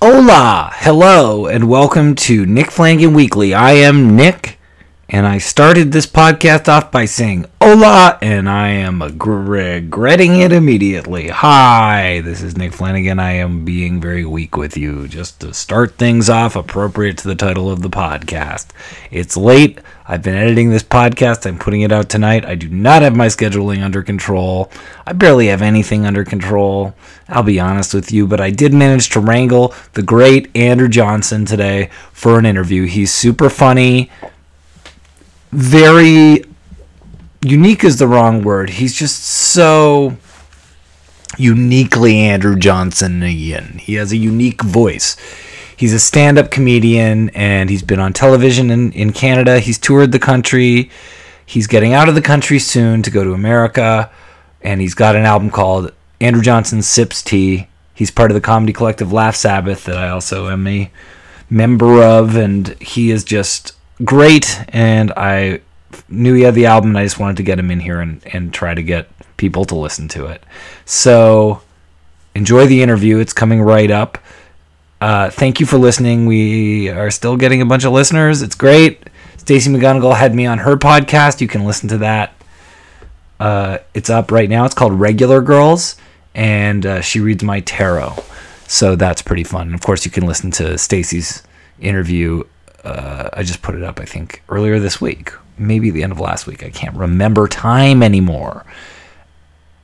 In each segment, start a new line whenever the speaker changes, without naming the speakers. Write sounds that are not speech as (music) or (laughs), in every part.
Hola, hello, and welcome to Nick Flanagan Weekly. I am Nick, and I started this podcast off by saying hola, and I am regretting it immediately. Hi, this is Nick Flanagan. I am being very weak with you just to start things off appropriate to the title of the podcast. It's late. I've been editing this podcast. I'm putting it out tonight. I do not have my scheduling under control. I barely have anything under control. I'll be honest with you, but I did manage to wrangle the great Andrew Johnson today for an interview. He's super funny, very unique is the wrong word. He's just so uniquely Andrew Johnsonian. He has a unique voice. He's a stand up comedian and he's been on television in, in Canada. He's toured the country. He's getting out of the country soon to go to America. And he's got an album called Andrew Johnson Sips Tea. He's part of the comedy collective Laugh Sabbath that I also am a member of. And he is just great. And I knew he had the album and I just wanted to get him in here and, and try to get people to listen to it. So enjoy the interview. It's coming right up. Uh, thank you for listening. We are still getting a bunch of listeners. It's great. Stacey McGonigal had me on her podcast. You can listen to that. Uh, it's up right now. It's called Regular Girls, and uh, she reads my tarot. So that's pretty fun. And of course, you can listen to Stacey's interview. Uh, I just put it up, I think, earlier this week, maybe the end of last week. I can't remember time anymore.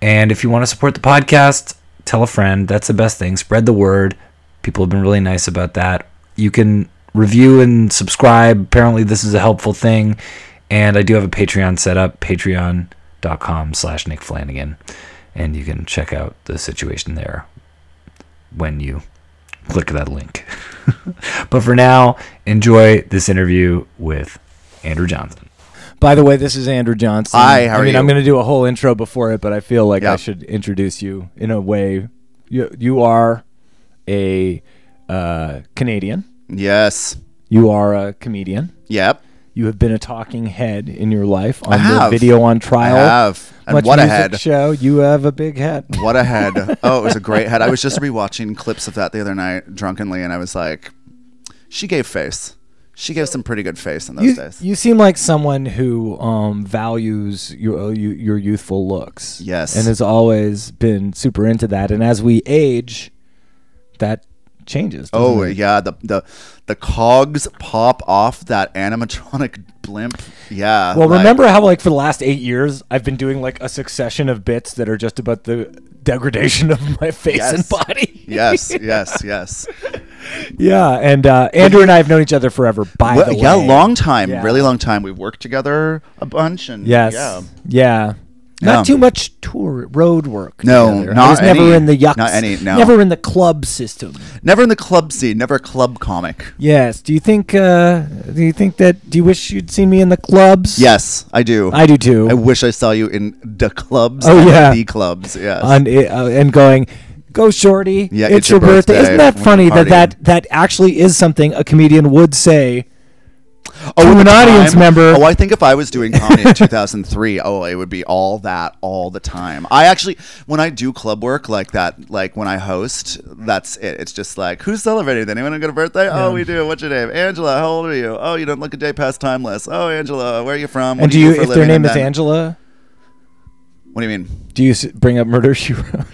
And if you want to support the podcast, tell a friend. That's the best thing. Spread the word. People have been really nice about that. You can review and subscribe. Apparently, this is a helpful thing. And I do have a Patreon set up, patreon.com slash Nick Flanagan. And you can check out the situation there when you click that link. (laughs) but for now, enjoy this interview with Andrew Johnson.
By the way, this is Andrew Johnson.
Hi, how
I
are
mean,
you?
I'm going to do a whole intro before it, but I feel like
Yeah.
I should introduce you in a way. You, you are a uh, Canadian.
Yes.
You are a comedian.
Yep.
You have been a talking head in your life on your
have.
video on
I
trial.
have. And
Much
what a
music
head.
show. You have a big head.
What a
(laughs)
head. Oh, it was a great head. I was just rewatching clips of that the other night drunkenly, and I was like, she gave face. She gave some pretty good face in those
You,
days.
you seem like someone who um, values your, uh, you, your youthful looks.
Yes.
And has always been super into that. And as we age, that changes. doesn't
oh,
it?
yeah. The, the the cogs pop off that animatronic blimp. Yeah.
Well,
like-
remember how like for the last eight years I've been doing like a succession of bits that are just about the degradation (laughs) of my face
Yes.
and body. (laughs)
Yes, yes, yes.
yeah, and uh, Andrew and I have known each other forever. By
Well,
the way,
yeah, long time.
Yeah.
Really long time. We've worked together a bunch. and
Yes, yeah,
Yeah.
Not
Yeah.
too much tour road work.
No,
together. I
not
was never
any-
in the yucks.
not any, no.
Never in the club system.
Never in the club scene, never a club comic.
Yes. Do you think? Uh, do you think that? Do you wish you'd seen me in the clubs?
Yes, I do.
I do too.
I wish I saw you in the clubs.
Oh,
not
yeah.
the clubs. Yes.
on it, uh, and going, "Go, shorty!
Yeah,
it's, your birthday. Isn't that
We're
funny that
partying.
that that actually is something a comedian would say? to
at
an
Oh, the
audience
time-
member.
Oh, I think if I was doing comedy
(laughs)
in 2003, oh, it would be all that all the time. I actually, when I do club work like that, like when I host, that's it. It's just like, who's celebrating? Anyone who got a birthday? Oh, we do. What's your name? Angela. How old are you? Oh, you don't look a day past timeless. Oh, Angela, where are you from? What
and do you,
for a
if their
living?
name
And
is
then-
Angela,
What do you mean?
do you s- bring up Murder She Wrote?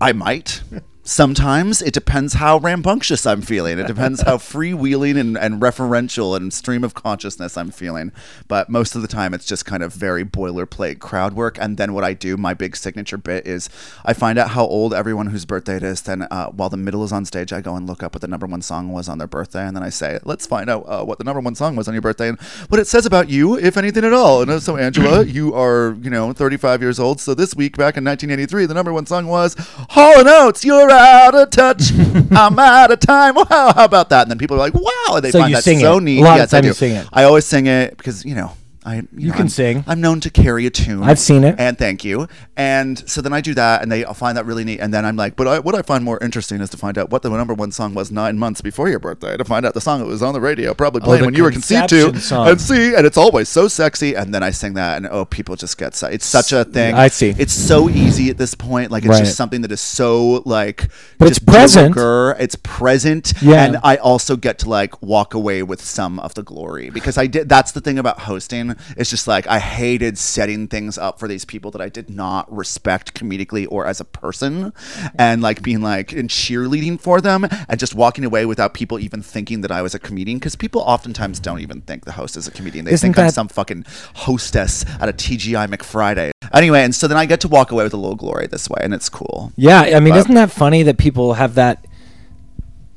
I might. Sometimes it depends how rambunctious I'm feeling. It depends how freewheeling and, and referential and stream of consciousness I'm feeling. But most of the time, it's just kind of very boilerplate crowd work. And then what I do, my big signature bit is I find out how old everyone whose birthday it is. Then uh, while the middle is on stage, I go and look up what the number one song was on their birthday. And then I say, let's find out uh, what the number one song was on your birthday and what it says about you, if anything at all. And uh, so, Angela,
(clears throat)
you are, you know, 35 years old. So this week, back in 1983, the number one song was Hall and Oates, You're Out
(laughs)
of Touch. I'm out of time. Wow, how about that? And then people are like, wow. And they
So
find
you
that
sing
so
it. A
neat.
lot of
yes,
time
I do.
you sing it.
I always sing it because, you know, I you, know,
can
I'm-
sing.
I'm known to carry a tune.
I've seen it.
And thank you. And so then I do that, and they find that really neat. And then I'm like, but I, what I find more interesting is to find out what the number one song was nine months before your birthday. To find out the song that was on the radio, probably playing
Oh, the
when you were conceived to,
conception song.
and see, and it's always so sexy. And then I sing that, and oh, people just get so, it's such a thing.
I see.
It's so easy at this point. Like it's
Right.
just something that is so like,
But it's
just deal with
present.
her, It's present.
Yeah.
And I also get to like walk away with some of the glory because I did. That's the thing about hosting. It's just like I hated setting things up for these people that I did not respect comedically or as a person, and like being like and cheerleading for them and just walking away without people even thinking that I was a comedian because people oftentimes don't even think the host is a comedian. They
Isn't
think I'm
that-
some fucking hostess at a TGI McFriday. Anyway, and so then I get to walk away with a little glory this way, and it's cool.
Yeah, I mean,
But-
isn't that funny that people have that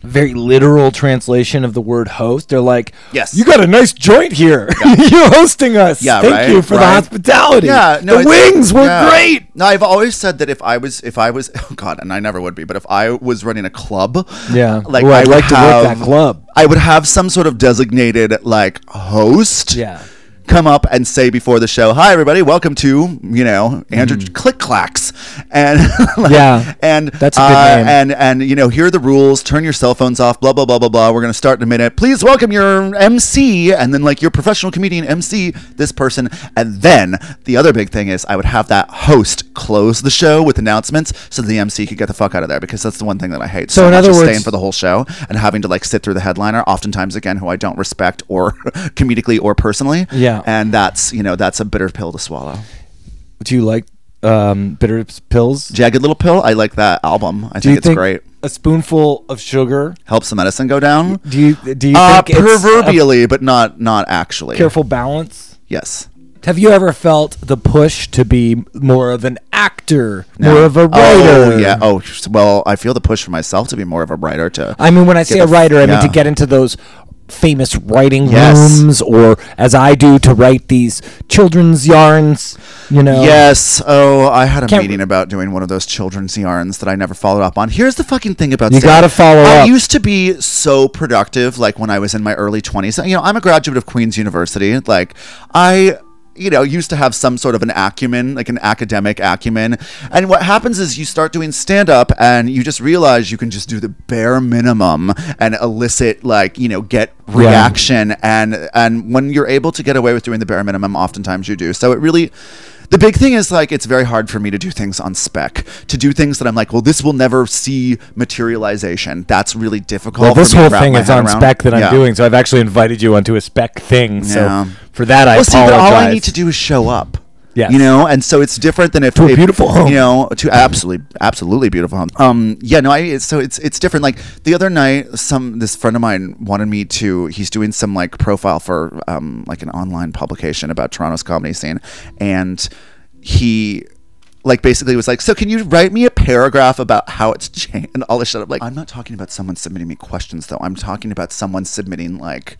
very literal translation of the word host? They're like,
Yes.
you got a nice joint here. (laughs) You're hosting us.
Yeah,
thank
right,
you for the
right.
hospitality.
Yeah, no,
the
it's-
wings were
yeah.
great.
No, I've always said that if I was, if I was, (laughs) oh God, and I never would be, but if I was running a club,
Yeah.
like
Ooh,
I
I'd
would
like to work
have,
that club.
I would have some sort of designated like host,
Yeah.
come up and say before the show, "Hi, everybody, welcome to you know Andrew Click Clacks," and (laughs)
Mm.
like,
Yeah.
and uh,
That's a good name.
and and you know here are the rules. Turn your cell phones off. Blah blah blah blah blah. We're gonna start in a minute. Please welcome your MC, and then like your professional comedian MC, this person, and then the other big thing is I would have that host close the show with announcements so the MC could get the fuck out of there because that's the one thing that I hate.
So in
much
other
is
words-
staying for the whole show and having to like sit through the headliner, oftentimes again who I don't respect or (laughs) comedically or personally.
Yeah.
and that's you know that's a bitter pill to swallow.
Do you like um, bitter pills?
Jagged Little Pill, I like that album. I
Do you
think it's great.
a spoonful of sugar?
Helps the medicine go down.
Do you do you
Uh,
think it's a
proverbially, but not not actually.
careful balance?
Yes.
Have you ever felt the push to be more of an actor, more of a writer?
Oh yeah. Oh well, I feel the push for myself to be more of a writer. To
I mean, when I say
Get
a
the-
writer, I mean to
yeah.
get into those famous writing
Yes.
rooms, or as I do, to write these children's yarns. You know,
Yes. Oh, I had a
Can't-
meeting about doing one of those children's yarns that I never followed up on. Here's the fucking thing about
You
stand-up.
gotta follow
I
up.
used to be so productive, like when I was in my early twenties. You know, I'm a graduate of Queen's University. Like, I. You know, used to have some sort of an acumen, like an academic acumen. And what happens is you start doing stand up and you just realize you can just do the bare minimum and elicit, like, you know, get reaction. And and when you're able to get away with doing the bare minimum, oftentimes you do. So it really the big thing is like it's very hard for me to do things on spec to do things that i'm like well this will never see materialization that's really difficult
Well,
for
this
me to
whole
wrap
thing
my
is
head
on
around.
spec that I'm
Yeah.
doing, so I've actually invited you onto a spec thing. So
Yeah.
for that, I
well see
apologize.
but all i need to do is show up
Yes.
you know and so it's different than if
To a
if-
beautiful home.
you know to absolutely absolutely beautiful home um yeah no i it's- so it's it's different like the other night some this friend of mine wanted me to he's doing some like profile for um like an online publication about toronto's comedy scene and he like basically was like, so can you write me a paragraph about how it's (laughs) changed? And all this shut up. Like, I'm not talking about someone submitting me questions though. I'm talking about someone submitting like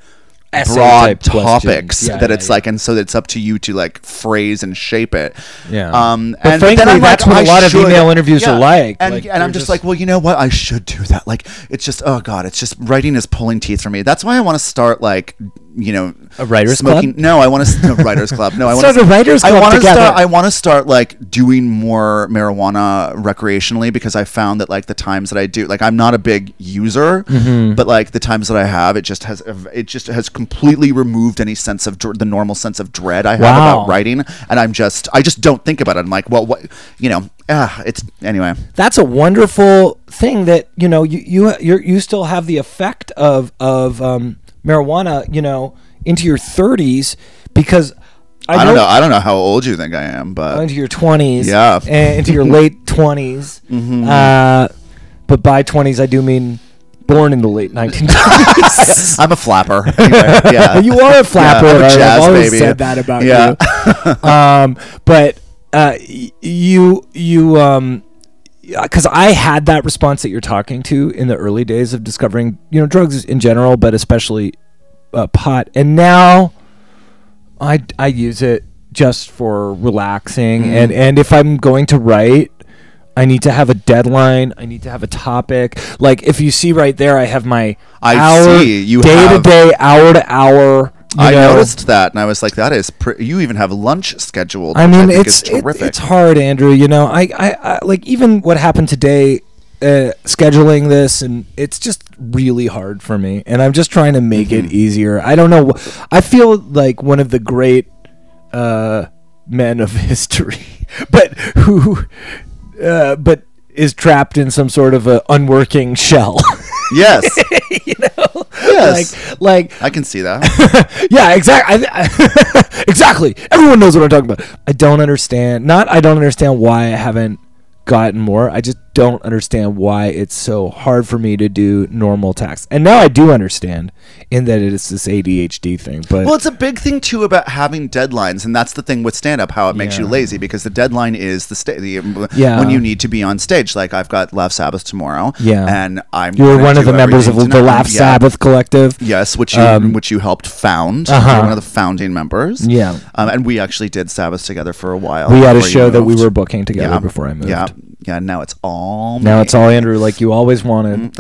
Essay
broad
type questions.
topics
Yeah,
that
yeah,
it's
yeah.
like, and so it's up to you to like phrase and shape it.
Yeah.
Um,
But
and
frankly,
then I'm
that's
like,
what a
I
lot of
should-
email interviews are like.
And,
Like,
and I'm
you're
just
just-
like, well, you know what? I should do that. Like, it's just, oh God, it's just writing is pulling teeth for me. That's why I want to start like, you know,
A writer's
smoking.
club?
No, I want to, no, writer's club.
(laughs)
No, I want
Start a writer's
I
club
wanna
together.
Start, I want to start like doing more marijuana recreationally because I found that like the times that I do, like I'm not a big user,
Mm-hmm.
but like the times that I have, it just has it just has completely removed any sense of dr- the normal sense of dread I have
Wow.
about writing, and I'm just I just don't think about it. I'm like, well, what you know, ah, it's anyway.
that's a wonderful thing that you know you you you're, you still have the effect of of um, marijuana you know into your 30s because I,
I don't
know
know. I don't know how old you think I am, but
into your 20s
Uh, Yeah.
and into your late 20s uh, but by 20s I do mean born in the late 1920s
(laughs) I'm a
(laughs)
flapper. Anyway, yeah,
you are a flapper
I'm a
I've
jazz
always
baby.
said that about
Yeah.
you
(laughs)
um, but uh, y- you you um because I had that response that you're talking to in the early days of discovering, you know, drugs in general, but especially uh, pot. And now, I I use it just for relaxing,
Mm-hmm.
and and if I'm going to write. I need to have a deadline. I need to have a topic. Like if you see right there, I have my
I
hour,
see, you
day to
have-
day, hour to hour
I
know-
noticed that, and I was like, "That is pr- you even have lunch scheduled."
I
which
mean,
think
it's
is
it-
terrific.
it's hard, Andrew. You know, I, I, I like even what happened today, uh, scheduling this, and it's just really hard for me. And I'm just trying to make
Mm-hmm.
it easier. I don't know. wh- I feel like one of the great uh, men of (laughs) history, but who, uh, but is trapped in some sort of a unworking shell. (laughs)
yes,
you know,
Yes.
like like
I can see that.
(laughs) yeah, exactly. (laughs) exactly. Everyone knows what I'm talking about. I don't understand. Not I don't understand why I haven't gotten more. I just don't understand why it's so hard for me to do normal tax. And now I do understand in that it is this ADHD thing. But
Well, it's a big thing too about having deadlines, and that's the thing with stand up how it makes you
Yeah.
lazy because the deadline is the, sta- the um,
Yeah.
when you need to be on stage. Like I've got Laugh Sabbath tomorrow,
Yeah.
and I'm
you were
gonna
one of
do
the members of
everything
the
tonight.
Laugh
Yeah.
Sabbath collective.
Yes, which you which you helped found.
Uh-huh.
You're one of the founding members.
Yeah.
um, and we actually did Sabbath together for a while.
We had a
before you
show that we
moved.
were booking together
Yeah.
before I moved.
Yeah, yeah. Now it's all
Now
me.
it's all Andrew, like you always wanted.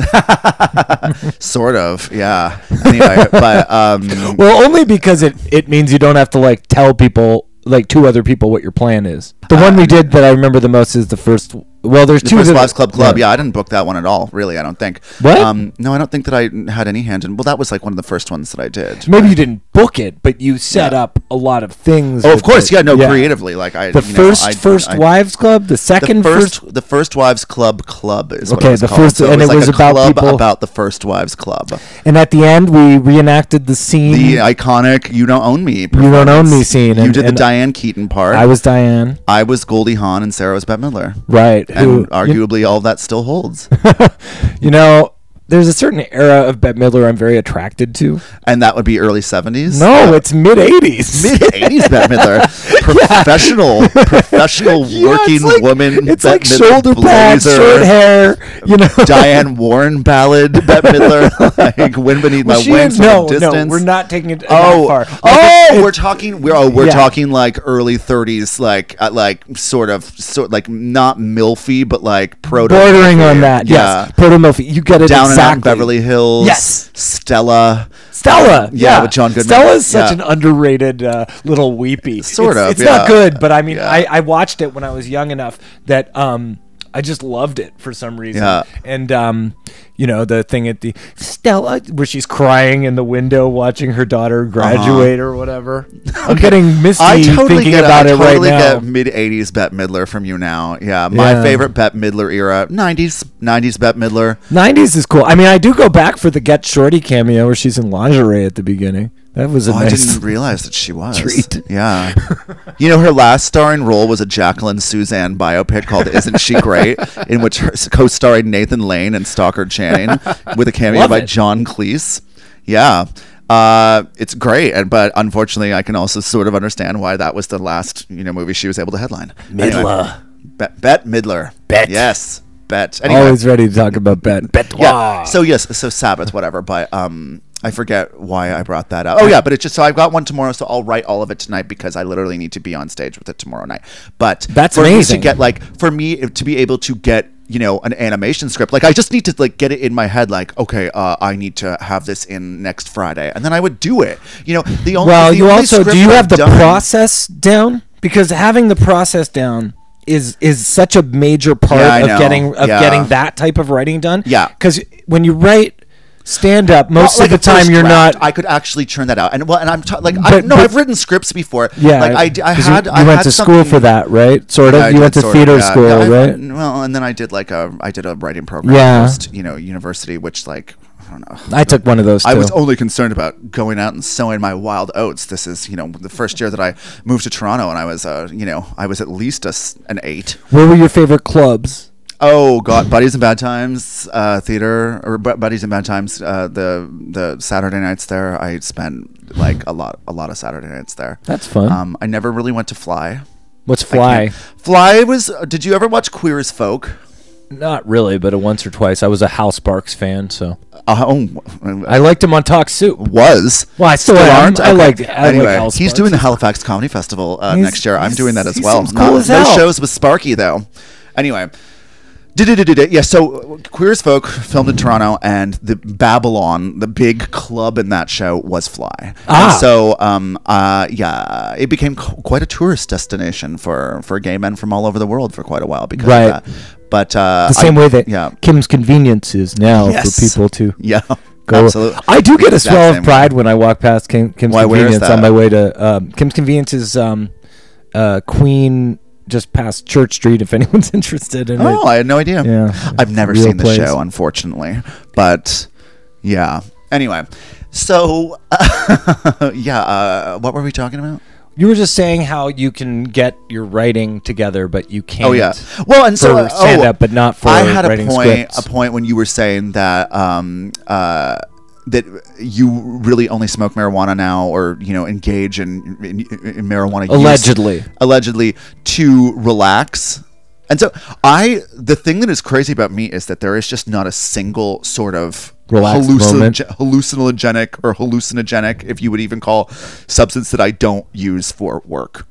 sort
(laughs)
of yeah. Anyway, but um,
Well, only because it, it means you don't have to like tell people like two other people what your plan is. The one we did that I remember the most is the first. Well, there's two.
Uh, First
that-
Lives Club Club. Yeah. I didn't book that one at all. Really, I don't think. Um,
What?
no, I don't think that I had any hand in. Well, that was like one of the first ones that I did.
Maybe you didn't book it, but you set
Yeah.
up a lot of things.
Oh, of
with
course.
it.
Yeah. No, creatively, like I.
The
you know,
first
I-
first
I-
wives club, the
The
second
first, the first wives club club is what
Okay,
it was
the
called.
first-
So
and
it was,
it was
like a
about
club
people-
about the first wives club
and at the end we reenacted the scene.
the iconic you don't own me
Mm-hmm. you don't own me scene.
you
and,
did the
and
diane keaton part
I was Diane,
I was goldie hawn and sarah was bette midler
right? who-
and uh, arguably all of that still holds
(laughs) you know, there's a certain era of Bette Midler I'm very attracted to.
and that would be early 70s
No, it's mid '80s.
mid 80s
(laughs)
Bette Midler. Professional,
Yeah,
professional
it's
working
like-
woman.
It's
Bette
like
Midler
shoulder pads,
blazer,
short hair. (laughs) You
(laughs)
know, (laughs)
Diane Warren ballad, Bette Midler, like Wind Beneath
Well, she
My Wings
is- no,
from a distance.
no, we're not taking it
Oh,
that far.
like,
oh,
we're talking. We're oh, we're
Yeah.
talking like early 30s, like uh, like sort of sort like not milfy, but like proto
bordering on that.
Yeah,
Yes, Proto Murphy. You get it
down and out in
exactly.
Beverly Hills.
Yes.
Stella.
Stella,
Yeah,
yeah,
with John Goodman.
Stella's such
Yeah.
an underrated uh, little weepy.
Sort
It's-
of,
It's
yeah.
not good, but I mean,
Yeah.
I, I watched it when I was young enough that um, I just loved it for some reason.
Yeah.
And um, you know the thing at the Stella where she's crying in the window watching her daughter graduate or whatever. I'm getting misty
Uh-huh. I totally
thinking
get
about
I
it
totally
right now.
get mid '80s Bette Midler from you now. Yeah, my
Yeah.
favorite Bette Midler era '90s '90s Bette Midler.
90s is cool. I mean, I do go back for the Get Shorty cameo where she's in lingerie at the beginning. That was a
Oh, I
nice.
didn't realize that she was.
Treat.
(laughs)
(laughs)
Yeah, you know her last starring role was a Jacqueline Suzanne biopic called "Isn't She Great,"
(laughs)
in which her co-starred Nathan Lane and Stockard Channing with a cameo
Love
by
it.
John Cleese. Yeah. Uh, it's great, and but unfortunately, I can also sort of understand why that was the last you know movie she was able to headline. Anyway. Bet Bet Midler. Bet. Yes. Bet. Anyway,
Always ready to talk about Bet. Bet.
yeah. So yes, so Sabbath, whatever. But um, I forget why I brought that up. Oh yeah, but it's just so I've got one tomorrow, so I'll write all of it tonight because I literally need to be on stage with it tomorrow night. But
That's
for me
amazing.
to get like for me to be able to get you know an animation script like i just need to like get it in my head like okay uh, i need to have this in next friday and then i would do it you know the only
Well,
the
you
only
also
script
do you
I've
have the
done-
process down? Because having the process down is is such a major part
Yeah, I
of
know.
getting of
Yeah.
getting that type of writing done.
Yeah.
Because when you write stand up, most
Well,
of the
a first
time you're
draft,
not.
I could actually turn that out, and well, and I'm t- like, I,
But-
no,
but-
I've written scripts before.
yeah.
like I, d- I
'cause you-
had.
You,
I
went
had
to school for
something-
that, right? Sort of.
Yeah, I
you
did
went to
sort of,
theater
yeah.
school,
Yeah, I-
right?
Well, and then I did like a I did a writing program
Yeah.
post, you know, university, which like I don't know.
I took one of those. Too.
I was only concerned about going out and sowing my wild oats. This is, you know, the first year that I moved to Toronto, and I was, uh, you know, I was at least a, s- an eight.
Where were your favorite clubs?
Oh God, Buddies and Bad Times uh, theater or Bu- Buddies and Bad Times uh, the the Saturday nights there. I spent like a lot a lot of Saturday nights there.
That's fun.
Um, I never really went to Fly.
What's
I
Fly?
can't- Fly was. uh, Did you ever watch Queer as Folk?
Not really, but once or twice. I was a House Barks fan, so
Uh, oh,
I liked him on Talk Soup.
was.
Well, I still am. I like- I like
anyway,
Al
he's
Sparks.
doing the Halifax Comedy Festival uh,
He's-
next year. I'm
he's-
doing that as
he
well.
seems cool as
those
hell.
shows with Sparky though. Anyway, Did-did-did-did-did. Yeah, so uh, Queer as Folk filmed in Toronto, and the Babylon, the big club in that show, was Fly.
Ah.
And so, um, uh, yeah, it became qu- quite a tourist destination for, for gay men from all over the world for quite a while because
Right.
of that. But uh,
The same
I-
way that
yeah, (laughs)
Kim's Convenience is now
Yes.
for people to
yeah,
go.
absolutely.
I do get a
Exact
swell
same
of pride when I walk past Kim, Kim's
Why, where is
Convenience on
that?
my way to um, Kim's Convenience is um, uh, Queen just past Church Street. If (laughs) anyone's interested in
Oh, I had no idea.
Yeah.
I've never
Real
seen the
place.
show, unfortunately. But yeah. Anyway, so (laughs) yeah, uh, what were we talking about?
it, you were just saying how you can get your writing together, but you can't.
Oh yeah. Well, and so
for
uh, oh,
stand-up, but not for
I had a
writing
point.
scripts.
A point when you were saying that um, uh, that you really only smoke marijuana now, or you know, engage in in, in marijuana use-
Allegedly.
allegedly to relax. And so I, the thing that is crazy about me is that there is just not a single sort of
Relaxed moment.
(laughs) hallucinogenic or hallucinogenic, if you would even call substance that I don't use for work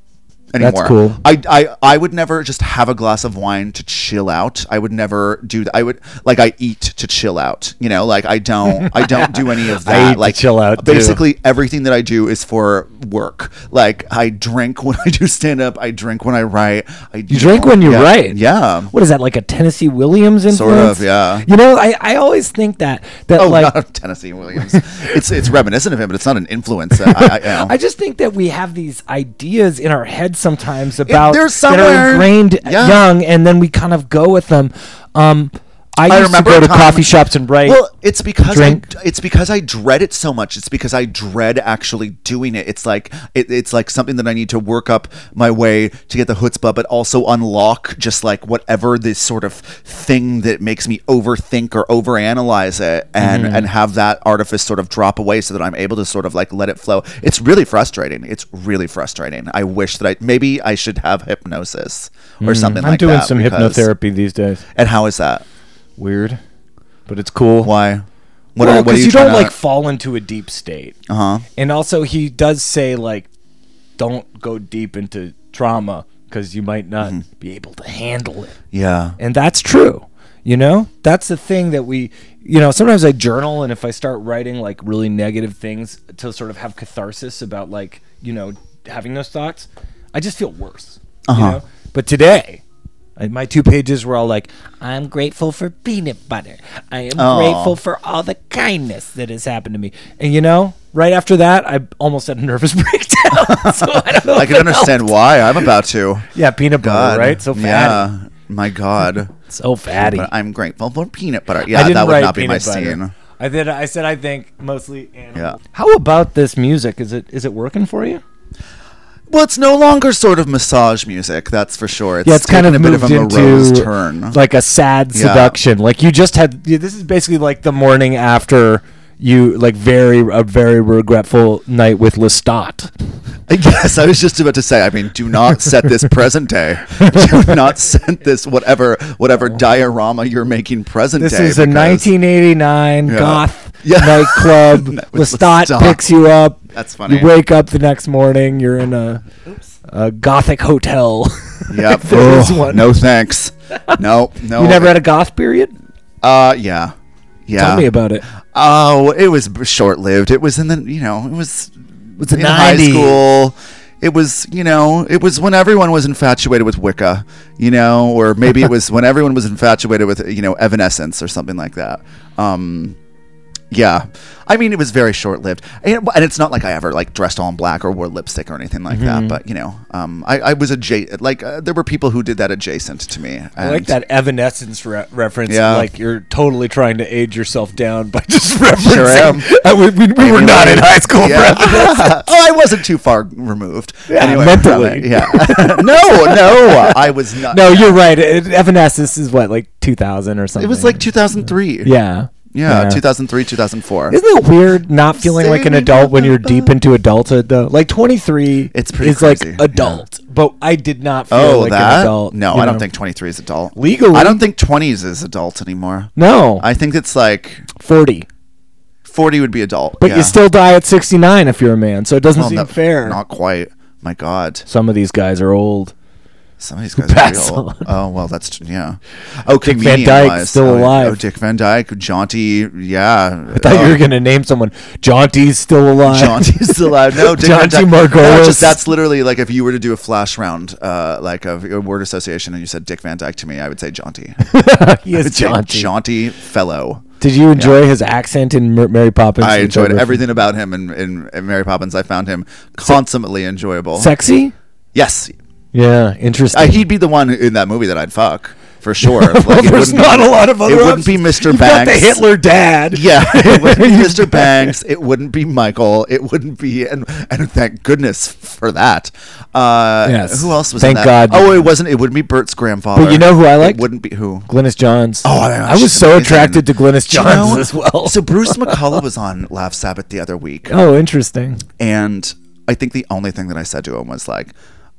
anymore.
cool.
I, I I would never just have a glass of wine to chill out. I would never do that. I would like I eat to chill out. You know, like I don't I don't do
(laughs)
any of
eat
that.
to
like
chill out, too.
Basically, everything that I do is for work. Like I drink (laughs) when I do stand up. I drink when I write. I
You drink when you write.
Yeah.
What is that like a Tennessee Williams influence?
Sort of, yeah.
You know, I, I always think that that
Oh, (laughs)
like
not Tennessee Williams. it's it's reminiscent of him, but it's not an influence. I, I, you know.
I just think that we have these ideas in our head sometimes about
they're
that are
somewhere.
ingrained
Yeah.
young, and then we kind of go with them. Um, I, used
remember
to go
a
to
time-
coffee shops and write.
Well, it's because
Drink.
I it's because I dread it so much. It's because I dread actually doing it. It's like it, it's like something that I need to work up my way to get the chutzpah, but also unlock just like whatever this sort of thing that makes me overthink or overanalyze it, and
Mm-hmm.
and have that artifice sort of drop away so that I'm able to sort of like let it flow. It's really frustrating. It's really frustrating. I wish that I maybe I should have hypnosis or something
Mm, I'm
like
doing
that.
some
because-
hypnotherapy these days.
And how is that?
Weird, but it's cool.
Why? What
well,
what
because you don't
trying to-
like fall into a deep state,
Uh huh.
and also he does say like, don't go deep into trauma because you might not
Mm-hmm.
be able to handle it. (laughs)
Yeah.
and that's true you know that's the thing that we you know sometimes i journal and if i start writing like really negative things to sort of have catharsis about like you know having those thoughts i just feel worse
Uh-huh.
you know but today I- my two pages were all like, I'm grateful for peanut butter. I am
Aw.
grateful for all the kindness that has happened to me. And you know, right after that, I almost had a (laughs) nervous breakdown. so I don't know.
(laughs) I
if
can
it
understand
helped.
why. I'm
(laughs)
about to.
Yeah, peanut butter,
God.
right? So fatty.
Yeah. My God.
So fatty.
But I'm grateful for peanut butter. Yeah, that would not be my
peanut butter.
scene.
I did. I said I think mostly animal.
Yeah.
How about this music? Is it is it working for you?
Well, it's no longer sort of massage music, that's for sure. It's,
Yeah, it's kind of
taken a bit
moved
of a morose
into
turn.
like a sad
Yeah.
seduction. Like you just had. yeah, This is basically like the morning after you like very a very regretful night with Lestat.
(laughs) yes, I was just about to say. I mean, do not set this
(laughs)
present day. do not set this whatever whatever diorama you're making present
This
day.
is a
because
1989
Yeah.
goth
(laughs) Yeah.
nightclub.
(laughs) With
Lestat,
Lestat.
picks you up.
That's funny.
You wake up the next morning. You're in a, a gothic hotel.
Yep.
There is
Ugh,
one.
No thanks. No.
(laughs)
No.
you never had a goth period?
Uh. Yeah. Yeah.
Tell me about it.
Oh, it was short lived. It was in the you know it was was in high
90s.
school. It was you know it was when everyone was infatuated with Wicca, you know, or maybe
(laughs)
it was when everyone was infatuated with you know Evanescence or something like that. Um, yeah, I mean it was very short lived, and, and it's not like I ever like dressed all in black or wore lipstick or anything like that.
Mm-hmm.
But you know, um, I, I was adjacent. Like uh, there were people who did that adjacent to me.
I like
and-
that Evanescence re- reference.
Yeah.
Like you're totally trying to age yourself down by (laughs) just referencing.
Sure am.
I- we we- we were not in high school, bro.
Yeah. (laughs)
(laughs)
oh, I wasn't too far removed. anyway, from it.
mentally.
(laughs) Yeah. no, no, I was not.
(laughs) No, you're right. It- Evanescence is what, like 2000 or something?
it was like 2003.
Yeah.
Yeah, 2003, 2004.
Isn't it weird not feeling like an
Saving
adult when
Private
you're deep into adulthood though? Like 23
It's pretty
is
crazy,
like adult, but I did not feel
oh,
like
that?
an adult.
no,
you
I don't
know?
think 23 is adult.
Legally?
I don't think 20s is adult anymore.
No,
I think it's like
40.
40 would be adult.
But
yeah.
you still die at 69 if you're a man, so it doesn't
Well,
seem
no-
fair.
Not quite. My God.
Some of these guys are old.
Some of these guys are
passed
real.
on.
Oh well, that's tr- yeah. Oh, Dick
Van Dyke's still alive.
Oh, Dick Van Dyke, Jaunty, yeah.
I thought
Oh,
you were gonna name someone. Jaunty's still alive. (laughs)
Jaunty's (laughs) still alive. No, Dick Van
Jaunty
Dyke- no,
Margolis.
just- that's literally like if you were to do a flash round, uh, like of a word association, and you said Dick Van Dyke to me, I would
(laughs)
say Jaunty.
he is
Say
jaunty.
jaunty fellow.
Did you enjoy his accent in Mer- Mary Poppins?
I enjoyed
Whichever-
everything about him in, in, in Mary Poppins. I found him consummately enjoyable.
Sexy.
Yes,
Yeah, interesting.
Uh,
(laughs)
he'd be the one in that movie that I'd fuck for sure. Like, it
There's
wouldn't be-
not a lot of other.
It wouldn't be
options.
Mr.
You've got
Banks.
the Hitler dad.
Yeah, (laughs) it
(laughs)
wouldn't be Mr. Banks. It wouldn't be Michael. It wouldn't be and and thank goodness for that. Uh,
Yes.
Who else was?
Thank
in
God.
that? Oh, it wasn't. It wouldn't be Bert's grandfather.
But you know who I
It
liked?
wouldn't be who.
Glynis Johns.
Oh, I,
I was so attracted to Glynis Johns as well. (laughs)
So Bruce McCullough was on Laugh Sabbath the other week,
oh, interesting.
and I think the only thing that I said to him was like,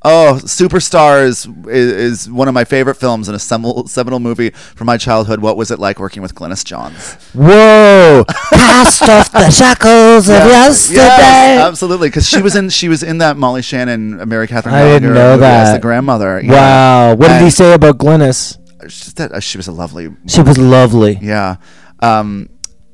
"Oh, Superstars is, is one of my favorite films and a seminal, seminal movie from my childhood. What was it like working with Glynis Johns?" (laughs)
Whoa! Cast off the shackles of
Yes,
yesterday.
yes, absolutely, because she was in she was in that Molly Shannon, uh, Mary Catherine.
I didn't
Gallagher
know
movie as
that.
the grandmother. yeah.
Wow. What did he
And
say about Glynis?
it's just that, uh, she was a lovely.
She was lovely.
Yeah, um,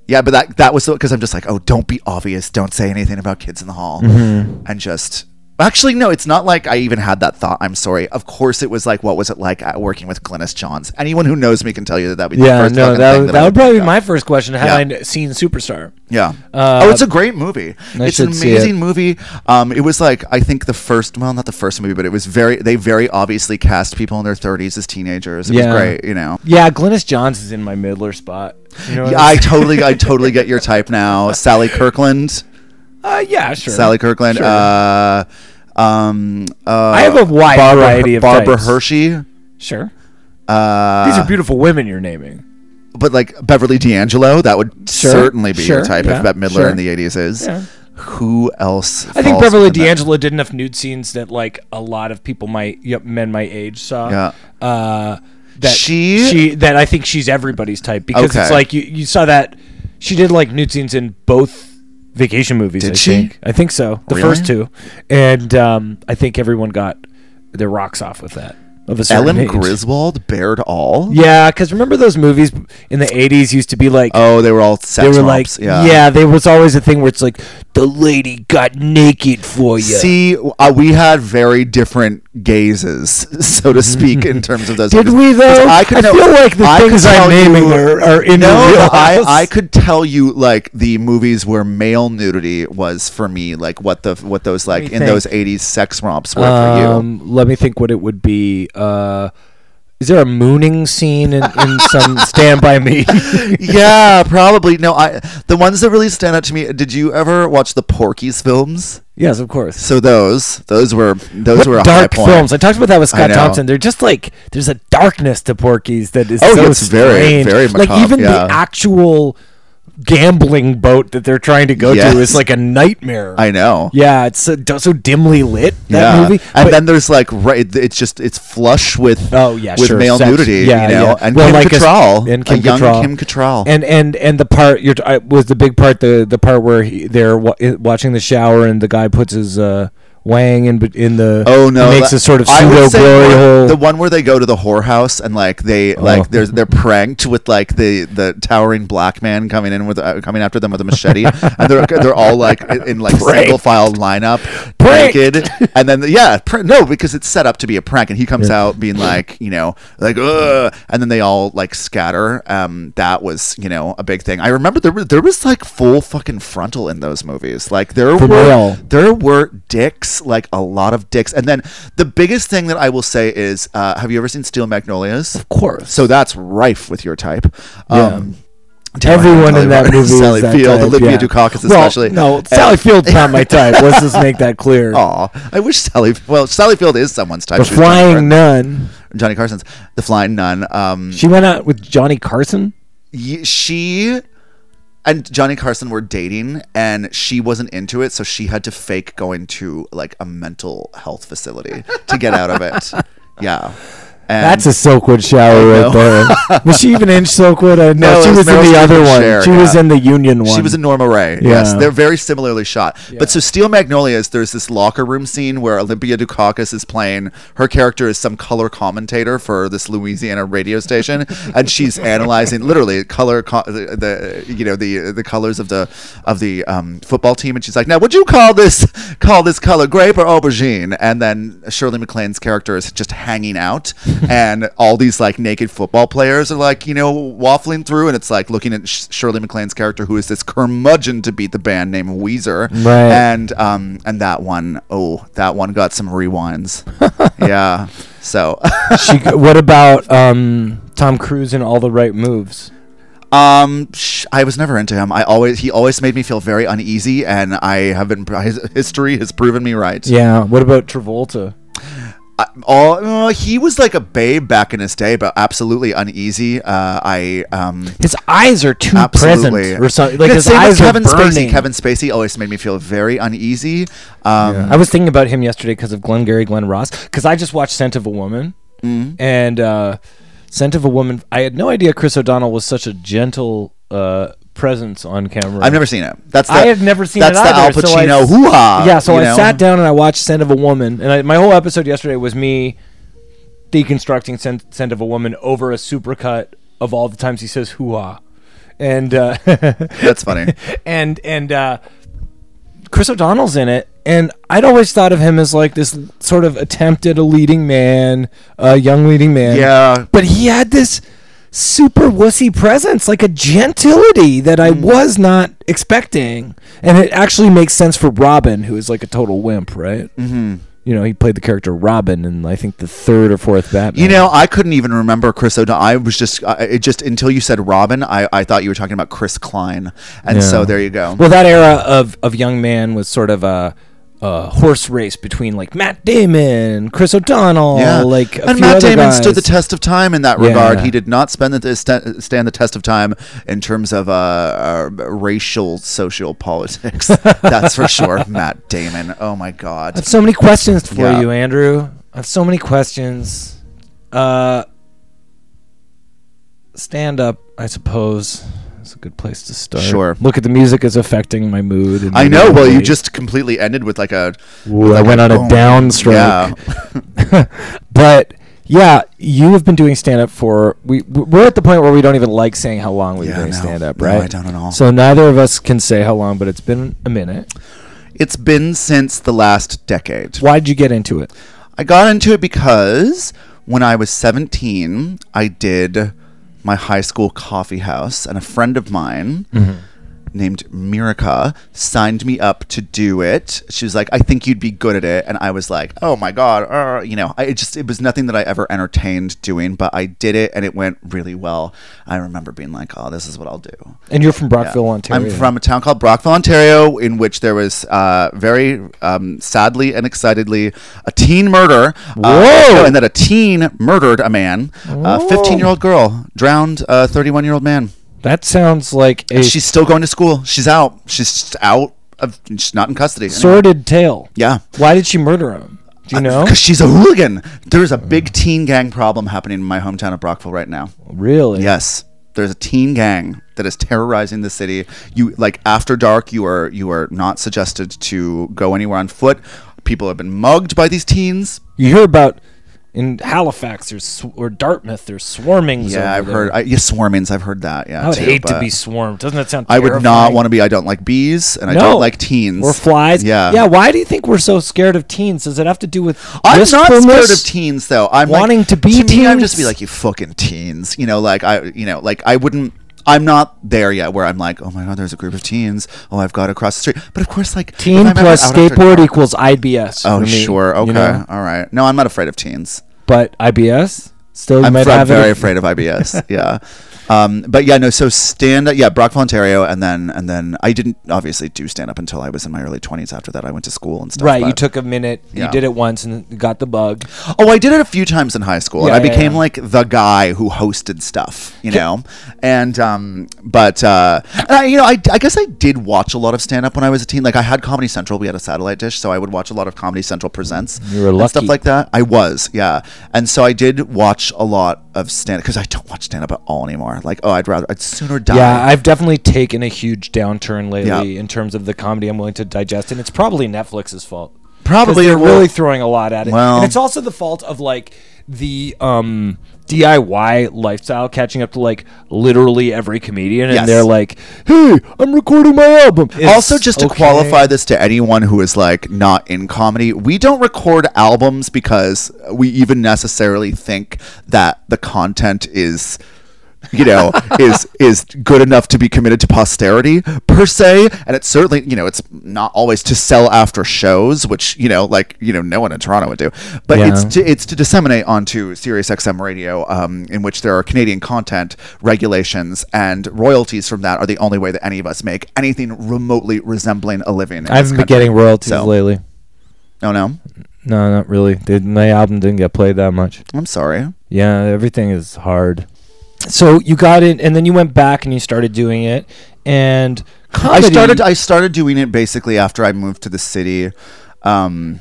yeah, but that that was because I'm just like, oh, don't be obvious, don't say anything about kids in the hall,
Mm-hmm.
and just. Actually, no, it's not like I even had that thought. I'm sorry. Of course, it was like, what was it like at working with Glynis Johns? Anyone who knows me can tell you that that would be the
Yeah,
first
no,
fucking
that,
thing
would-
I
that would
pick
probably be
up.
my first question. Had
Yeah.
I n- seen Superstar?
Yeah.
Uh,
oh, it's a great movie.
I
it's an
should see it.
amazing movie. Um, it was like I think the first, well, not the first movie, but it was very. They very obviously cast people in their thirties as teenagers. It
Yeah.
was great, you know.
Yeah, Glynis Johns is in my middler spot. You know what
Yeah, I totally, I totally get your
(laughs)
type now. Sally Kirkland,
I, uh, yeah, sure.
Sally Kirkland.
Sure.
Uh, um, uh,
I have a wide
Barbara,
variety of
Barbara
types.
Hershey.
Sure.
Uh,
These are beautiful women you're naming.
but like Beverly D'Angelo, that would
Sure,
certainly be your
sure,
type
yeah,
if Bette Midler
sure.
in the '80s is.
Yeah.
Who else?
I think
falls
Beverly
within that?
D'Angelo did enough nude scenes that like a lot of people my yep, men my age saw.
Yeah.
Uh, that
She-
that I think she's everybody's type because
Okay.
it's like you you saw that she did like nude scenes in both vacation movies.
Did
I
she?
Think. I think so. The
Really?
first two, and um, I think everyone got their rocks off with that. Of a certain
Ellen
age.
Griswold bared all.
Yeah, because remember those movies in the '80s used to be like
Oh, they were all sex
they were
romps.
like yeah. There was always a thing where it's like the lady got naked for you.
See, uh, we had very different gazes, (laughs) so to speak,
(laughs)
in terms of those.
Did
movies.
we, though?
Because
I
no,
feel like the
could
things I'm
tell
naming are- are in
no,
the real
I,
house.
I could tell you like the movies where male nudity was for me, like what the what those like
me
in
think.
those '80s sex romps were for you.
Um, let me think what it would be. Uh, is there a mooning scene in,
(laughs)
in some Stand By Me? (laughs)
yeah, probably. No, I the ones that really stand out to me. Did you ever watch the Porky's films?
yes, of course.
So those those were those
What
were a
dark
high point.
films. I talked about that with
I
Scott
know.
Thompson. They're just like there's a darkness to Porky's that is
Oh,
so
it's very-
strange.
very
like
macabre,
even
yeah.
the actual gambling boat that they're trying to go
Yes.
to is like a nightmare.
I know.
yeah, it's so, so dimly lit that
yeah.
movie.
And
But-
then there's like right, it's just it's flush with
Oh yeah,
with
sure.
male
sex-
nudity,
yeah,
you know,
yeah.
and
Well,
Kim
like a-
Cattrall,
and
a
Kim
young
Cattrall.
Kim Cattrall,
and and and the part you're t- I- was the big part the the part where he, they're wa- i- watching the shower and the guy puts his uh, wang in bet- in the
oh no,
makes
that-
a sort of
I would
pseudo
say
glory
one-
hole.
The one where they go to the whorehouse and like they like
Oh.
they're they're pranked with like the the towering black man coming in with uh, coming after them with a
(laughs)
machete, and they're they're all like in, in, like
Pranked.
single file lineup,
Pranked.
naked, and then yeah, pr- no, because it's set up to be a prank, and he comes out being like you know like Ugh, and then they all like scatter. Um, that was you know a big thing. I remember there was there was like full fucking frontal in those movies. Like there
For
were
real.
there were dicks, like a lot of dicks. And then the biggest thing that I will say is, uh, have you ever seen Steel Magnolias? Of
course.
So that's rife with your type. Um, damn, I didn't
Everyone
tell you
in that
about
movie
Sally
is that
Field,
type,
Olivia
yeah.
Dukakis,
Well,
especially.
no, Sally Field's not my type. Let's just make that
(laughs)
clear.
Aw, I wish Sally. Well, Sally Field is someone's type.
the
She was Johnny
flying
Carson-
nun.
Johnny Carson's the flying nun. Um,
She went out with Johnny Carson.
y- she and Johnny Carson were dating and she wasn't into it so she had to fake going to like a mental health facility to get out of it. Yeah. And
That's a Silkwood shower
I
right
(laughs)
there. was she even in Silkwood? I
No,
know she
it was
was, in
Meryl
the
Streep
other
and
one.
Cher,
she was
yeah.
in the Union one.
She was in Norma Ray. Yes,
Yeah.
they're very similarly shot. But so Steel Magnolias, there's this locker room scene where Olympia Dukakis is playing. Her character is some color commentator for this Louisiana radio station, and she's analyzing literally color, co- the, the you know the the colors of the of the um, football team, and she's like, now would you call this call this color grape or aubergine? And then Shirley MacLaine's character is just hanging out, and all these like naked football players are like you know waffling through, and it's like looking at Sh- Shirley MacLaine's character who is this curmudgeon to beat the band named Weezer,
Right.
And um and that one oh that one got some rewinds, yeah. So (laughs)
She- what about um, Tom Cruise in All the Right Moves?
Um, sh- I was never into him. I always he always made me feel very uneasy, and I have been his history has proven me right.
Yeah. What about Travolta?
I, all uh, he was like a babe back in his day, but absolutely uneasy. Uh, I um.
His eyes are too
Absolutely,
present, or something. Like
Yeah,
his
same with
eyes
Kevin
are burning.
Spacey. Kevin Spacey always made me feel very uneasy. Um,
I was thinking about him yesterday because of Glengarry Glenn Ross. Because I just watched Scent of a Woman,
Mm-hmm.
and uh, Scent of a Woman. I had no idea Chris O'Donnell was such a gentle uh, presence on camera.
I've never seen it. That's the,
I had never seen
that's
it
the
either.
Al
so I-
Pacino hoo ha.
Yeah, so I sat down and I watched Scent of a Woman, and I, my whole episode yesterday was me deconstructing Scent, Scent of a Woman over a supercut of all the times he says hoo-ha. And uh,
(laughs)
(laughs)
That's funny.
and and uh, Chris O'Donnell's in it, and I'd always thought of him as like this sort of attempt at a leading man, a young leading man.
Yeah.
but he had this super wussy presence, like a gentility that
Mm.
I was not expecting, and it actually makes sense for Robin, who is like a total wimp, right? Mm-hmm. You know, he played the character Robin in I think the third or fourth Batman.
You know, I couldn't even remember Chris O'Donnell. I was just, I, it just until you said Robin, I, I thought you were talking about Chris Klein, and so there you go.
Well, that era of of young man was sort of a, a horse race between like Matt Damon, Chris O'Donnell, like a
and
few
Matt
other
Damon
guys.
stood the test of time in that regard.
Yeah.
He did not spend the st- stand the test of time in terms of uh, uh, racial
(laughs)
social politics. That's for sure. Matt Damon. Oh my God.
I have so many questions for
Yeah.
you, Andrew. I have so many questions. Uh, stand up, I suppose. It's a good place to start.
Sure.
Look at the music is affecting my mood. and
I know. Well, you
mood.
just completely ended with like a.
Ooh, I
like
went on a
boom.
downstroke.
Yeah. (laughs)
(laughs) but yeah, you have been doing stand up for we we're at the point where we don't even like saying how long we've
Yeah,
been doing
no.
stand up,
No,
right?
I don't at all.
So neither of us can say how long, but it's been a minute.
It's been since the last decade.
Why did you get into it?
I got into it because when I was 17, I did my high school coffee house, and a friend of mine named Mirica signed me up to do it. She was like, I think you'd be good at it. And I was like, oh my God. Uh, you know, I it just, it was nothing that I ever entertained doing, but I did it and it went really well. I remember being like, oh, this is what I'll do.
And you're from Brockville, Ontario.
I'm from a town called Brockville, Ontario, in which there was uh, very um, sadly and excitedly a teen murder.
Whoa!
Uh, and that a teen murdered a man, a 15 year old girl, drowned a 31 year old man.
That sounds like a
She's still going to school. She's out. She's just out. Of, she's not in custody. anymore.
sordid tale.
Yeah. Uh,
Why did she murder him? Do you know?
Because she's a hooligan. There's a big teen gang problem happening in my hometown of Brockville right now.
Really?
Yes, there's a teen gang that is terrorizing the city. You like after dark, you are you are not suggested to go anywhere on foot. People have been mugged by these teens.
You hear about in Halifax or sw- or Dartmouth, there's swarmings. over
Yeah, I've
there.
heard. I, yeah, swarmings. I've heard that. Yeah,
I would
too,
hate to
but
be swarmed. Doesn't that sound?
I would not
terrifying?
want to be. I don't like bees, and I
No.
don't like teens
or flies.
Yeah,
yeah. Why do you think we're so scared of teens? Does it have to do with
I'm not scared of
wistfulness?
teens though. I'm like-
Wanting to be
to Me, I'm just
teens?
be like you fucking teens. You know, like I, you know, like I wouldn't. I'm not there yet where I'm like, oh my god, there's a group of teens. Oh, I've got to cross the street. But of course, like if I'm
Teen
ever
plus
out after
skateboard
dark-
equals IBS.
Oh
for me,
sure,
you
okay,
know?
all right. No, I'm not afraid of teens.
But IBS still you
I'm,
might
fr- I'm
have
very
it. (laughs)
afraid of IBS. yeah, Um, but yeah, no. So stand up. Yeah, Brock Volontario, and then and then I didn't obviously do stand up until I was in my early twenties. After that, I went to school and stuff.
Right, you
but-
took a minute.
Yeah.
You did it once and got the bug.
Oh, I did it a few times in high school,
Yeah,
and I
yeah,
became
yeah.
like the guy who hosted stuff, you know. and um, but uh, and I, you know, I, I guess I did watch a lot of stand up when I was a teen. Like I had Comedy Central, we had a satellite dish, so I would watch a lot of Comedy Central presents
You were
and stuff
lucky.
like that. I was, yeah, and so I did watch a lot of stand up because I don't watch stand up at all anymore. Like, oh, I'd rather I'd sooner die.
Yeah, I've definitely taken a huge downturn lately
Yeah.
in terms of the comedy I'm willing to digest, and it's probably Netflix's fault. 'Cause
Probably
they're
it will-
really throwing a lot at it,
Well-
and it's also the fault of like the um, DIY lifestyle catching up to like literally every comedian,
Yes.
and they're like, "Hey, I'm recording my album."
also
It's
just to
okay.
qualify this to anyone who is like not in comedy we don't record albums because we even necessarily think that the content is you
(laughs)
know is is good enough to be committed to posterity per se and it's certainly you know it's not always to sell after shows which you know like you know no one in toronto would do but
Yeah.
it's to it's to disseminate onto Sirius XM radio, um, in which there are Canadian content regulations and royalties from that are the only way that any of us make anything remotely resembling a living. in
I haven't
this
been
country.
getting royalties
So-
lately.
Oh no,
No, not really. They- my album didn't get played that much.
I'm sorry.
Yeah, everything is hard. So you got it, and then you went back and you started doing it, and comedy.
I started I started doing it basically after I moved to the city. Um,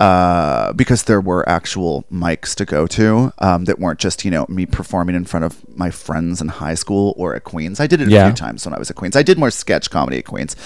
uh, because there were actual mics to go to um, that weren't just you know me performing in front of my friends in high school or at Queens. I did it a
Yeah.
few times when I was at Queens. I did more sketch comedy at Queens,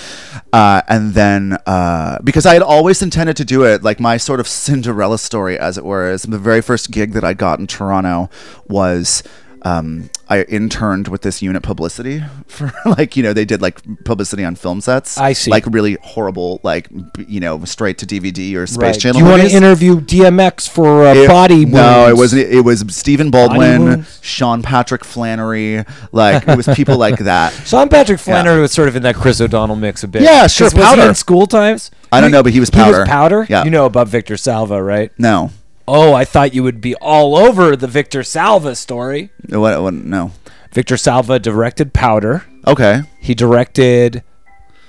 uh, and then uh, because I had always intended to do it, like my sort of Cinderella story, as it were, is the very first gig that I got in Toronto was. Um, I interned with this unit publicity (laughs) for like you know they did like publicity on film sets.
I see.
like really horrible like b- you know straight to DVD or Space
Right.
Channel.
Do you want
movies.
to interview DMX for uh,
It-
body?
No, it
wounds?
wasn't. It was Stephen Baldwin,
wounds.
Sean Patrick Flannery. Like it was people
(laughs)
like that.
Sean Patrick Flannery was sort of in that Chris O'Donnell mix a bit.
Yeah, sure,
'Cause was he
Powder.
in school times.
I don't know, but he was Powder.
powder.
Yeah.
You know about Victor Salva, right?
No,
Oh, I thought you would be all over the Victor Salva story.
what, what? No.
Victor Salva directed Powder.
Okay.
He directed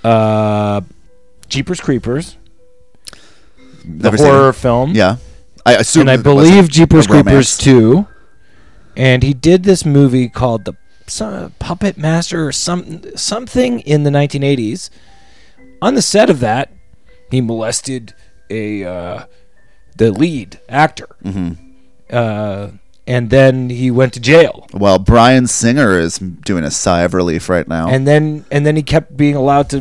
uh, Jeepers Creepers, the
Never seen
horror
it.
film.
Yeah. I assume.
and I
that there wasn't
believe Jeepers
a romance.
Creepers too. And he did this movie called the some, Puppet Master or some something in the 1980s. On the set of that, he molested a uh, the lead actor, uh, and then he went to jail.
Well, Brian Singer is doing a sigh of relief right now.
And then and then he kept being allowed to.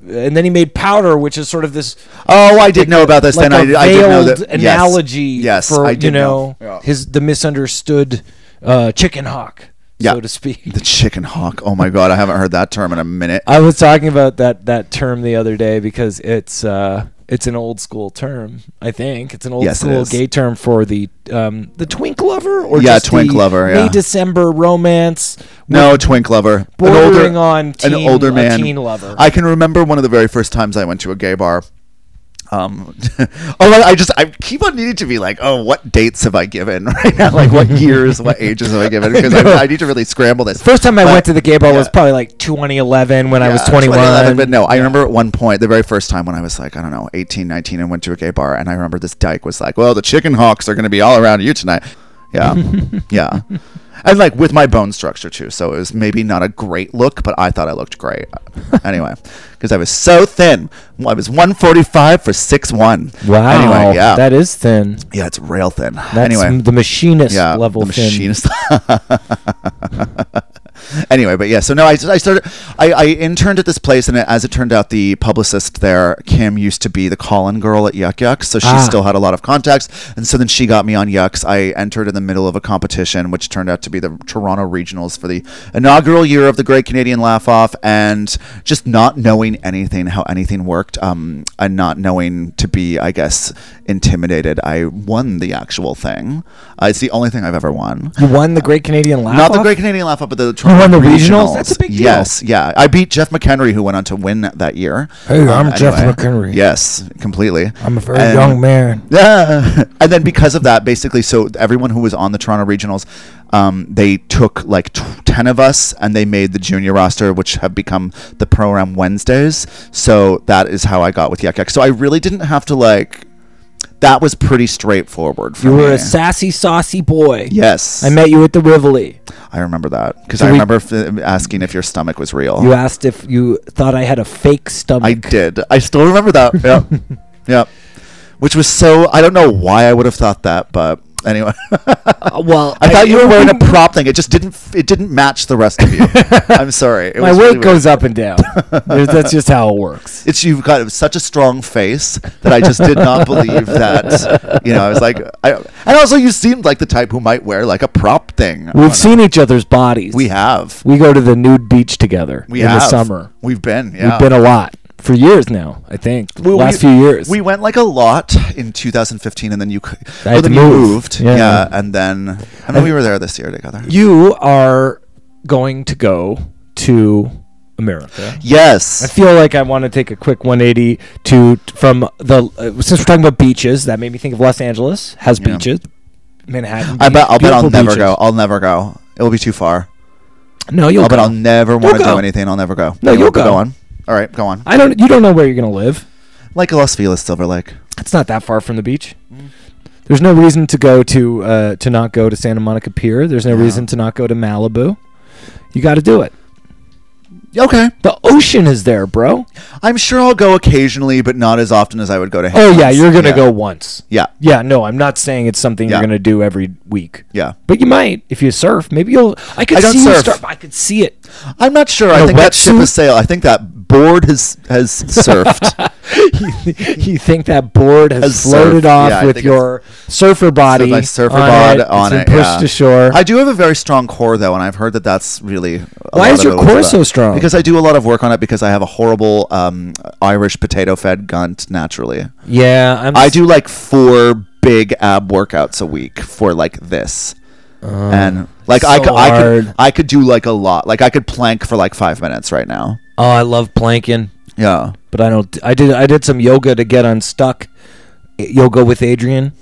And then he made powder, which is sort of this
oh, I did know about this.
like
then I
a
I didn't know
veiled
that. yes.
analogy
Yes,
for
I did
you know,
Yeah.
his the misunderstood uh, chicken hawk,
Yeah.
so to speak.
The chicken hawk. Oh my god, I haven't heard that term in a minute.
I was talking about that that term the other day because it's uh, it's an old school term. I think it's an old
Yes, it
school
is.
gay term for the um, the twink lover or
Yeah,
just
twink
the
lover, yeah.
May December romance.
No, twink lover.
Bordering on teen-
an older
a
man.
teen lover.
I can remember one of the very first times I went to a gay bar. Um, (laughs) oh, I, I just I keep on needing to be like, oh, what dates have I given (laughs) right now? Like what years, what ages have
(laughs)
I given? Because I, I need to really scramble this.
First time I
But-
went to the gay bar was
yeah.
probably like 2011 when I was
Yeah,
21.
2011, But no, I remember at one point, the very first time when I was like, I don't know, 18, 19, and went to a gay bar, and I remember this dyke was like, well, the chicken hawks are going to be all around you tonight.
(laughs)
Yeah. yeah. And like with my bone structure too. So it was maybe not a great look, but I thought I
(laughs)
looked great. anyway, because I was so thin. I was 145 for 6'1.
Wow,
Anyway, yeah.
that is thin.
yeah, it's real thin.
That's
anyway
m- the machinist level
the
thin.
machinist. anyway, but yeah, so no, I, I started. I, I interned at this place, and as it turned out, the publicist there, Kim, used to be the Colin girl at Yuck Yucks, so she
Ah.
still had a lot of contacts, and so then she got me on Yucks. I entered in the middle of a competition, which turned out to be the Toronto Regionals for the inaugural year of the Great Canadian Laugh Off, and just not knowing anything, how anything worked, um, and not knowing to be, I guess, intimidated. I won the actual thing. Uh, it's the only thing I've ever won.
You won the Great Canadian Laugh.
Not the
Off?
Great Canadian Laugh Off, but the
You won the regionals? That's a big deal.
Yes, yeah. I beat Jeff McHenry, who went on to win that year. Uh,
Hey, I'm Jeff McHenry.
Yes, completely.
I'm a very
And-
young man.
Yeah. (laughs) And then because of that, basically, so everyone who was on the Toronto Regionals, um, they took like t- 10 of us and they made the junior roster, which have become the program Wednesdays. So that is how I got with Yuck Yuck. So I really didn't have to like, that was pretty straightforward for
You were
me.
a sassy, saucy boy.
Yes.
I met you at the Rivoli.
I remember that because
So
I
we-
remember f- asking if your stomach was real.
You asked if you thought I had a fake stomach.
I did. I still remember (laughs) that. Yep. yep. Which was so, I don't know why I would have thought that, but anyway.
Uh, well,
I (laughs) thought you were wearing a prop thing. It just didn't. f- It didn't match the rest of you. (laughs) I'm sorry. It
My
was
weight
really weird.
goes up and
(laughs)
down. That's just how it works.
It's you've got such a strong face that I just did not believe that. You know, I was like, I, and also you seemed like the type who might wear like a prop thing.
We've
on-
seen each other's bodies.
We have.
We go to the nude beach together
We
in
have.
the summer.
We've been. Yeah.
We've been a lot for years now. I think
We- we-
last few years.
We went like a lot in 2015, and then you. c-
I had
well, then
to
you
move.
moved.
Yeah.
Yeah. and then and then we were there this year together.
you are going to go to America. I
Yes.
feel like I want to take a quick 180 to from the uh, since we're talking about beaches. That made me think of Los Angeles has
Yeah.
beaches. Manhattan.
I bet. I'll bet I'll
beautiful
never
beaches.
go. I'll never go. It will be too far.
No, you'll.
Oh, but
go.
I'll never want to
go.
do anything. I'll never go.
No,
Anyway,
you'll go.
on. All right, go on.
I don't. You don't know where you're gonna live.
Like Las Vegas, Silver Lake.
It's not that far from the beach.
Mm.
There's no reason to go to uh, to not go to Santa Monica Pier. There's no
Yeah.
reason to not go to Malibu. You got to do it.
Okay.
The ocean is there, bro.
I'm sure I'll go occasionally, but not as often as I would go to.
Oh yeah,
Hammond's.
you're gonna
Yeah.
go once.
Yeah,
Yeah, no, I'm not saying it's something you're
Yeah.
gonna do every week.
yeah.
But you might if you surf. Maybe you'll. I could
I don't
see you
surf.
start. I could see it.
I'm not sure.
In
I
a
think that ship
wetsuit?
has sailed. I think that board has
(laughs)
has surfed.
(laughs) you think that board has,
Has
floated
surfed.
off
Yeah, I
with
think it's-
your surfer body,
my surfer
on
bod
it.
on
it's
it,
been pushed
yeah.
ashore.
I do have a very strong core though, and I've heard that that's really. a
Why
lot
is
of
your
it was
core
about-
so strong?
Because I do a lot of work on it because I have a horrible um, Irish potato-fed gunt naturally.
yeah, I'm
I do like four big ab workouts a week for like this.
um,
and like
Oh,
I,
so
could, I could
hard.
I could do like a lot. Like I could plank for like five minutes right now.
Oh, I love planking.
Yeah.
but I don't. I did. I did some yoga to get unstuck. eh, Yoga with Adrian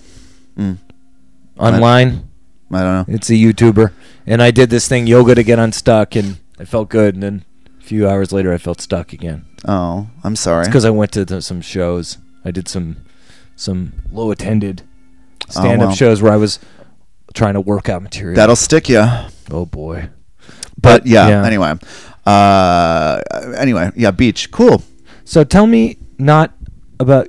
Mm.
online.
I don't know.
It's a YouTuber, and I did this thing yoga to get unstuck, and I felt good. And then a few hours later, I felt stuck again.
Oh, I'm sorry.
It's because I went to th- some shows. I did some some low attended stand up
Oh, wow.
shows where I was trying to work out material.
That'll stick you.
oh boy.
But yeah,
yeah.
anyway. Uh anyway, yeah, beach. Cool.
So tell me not about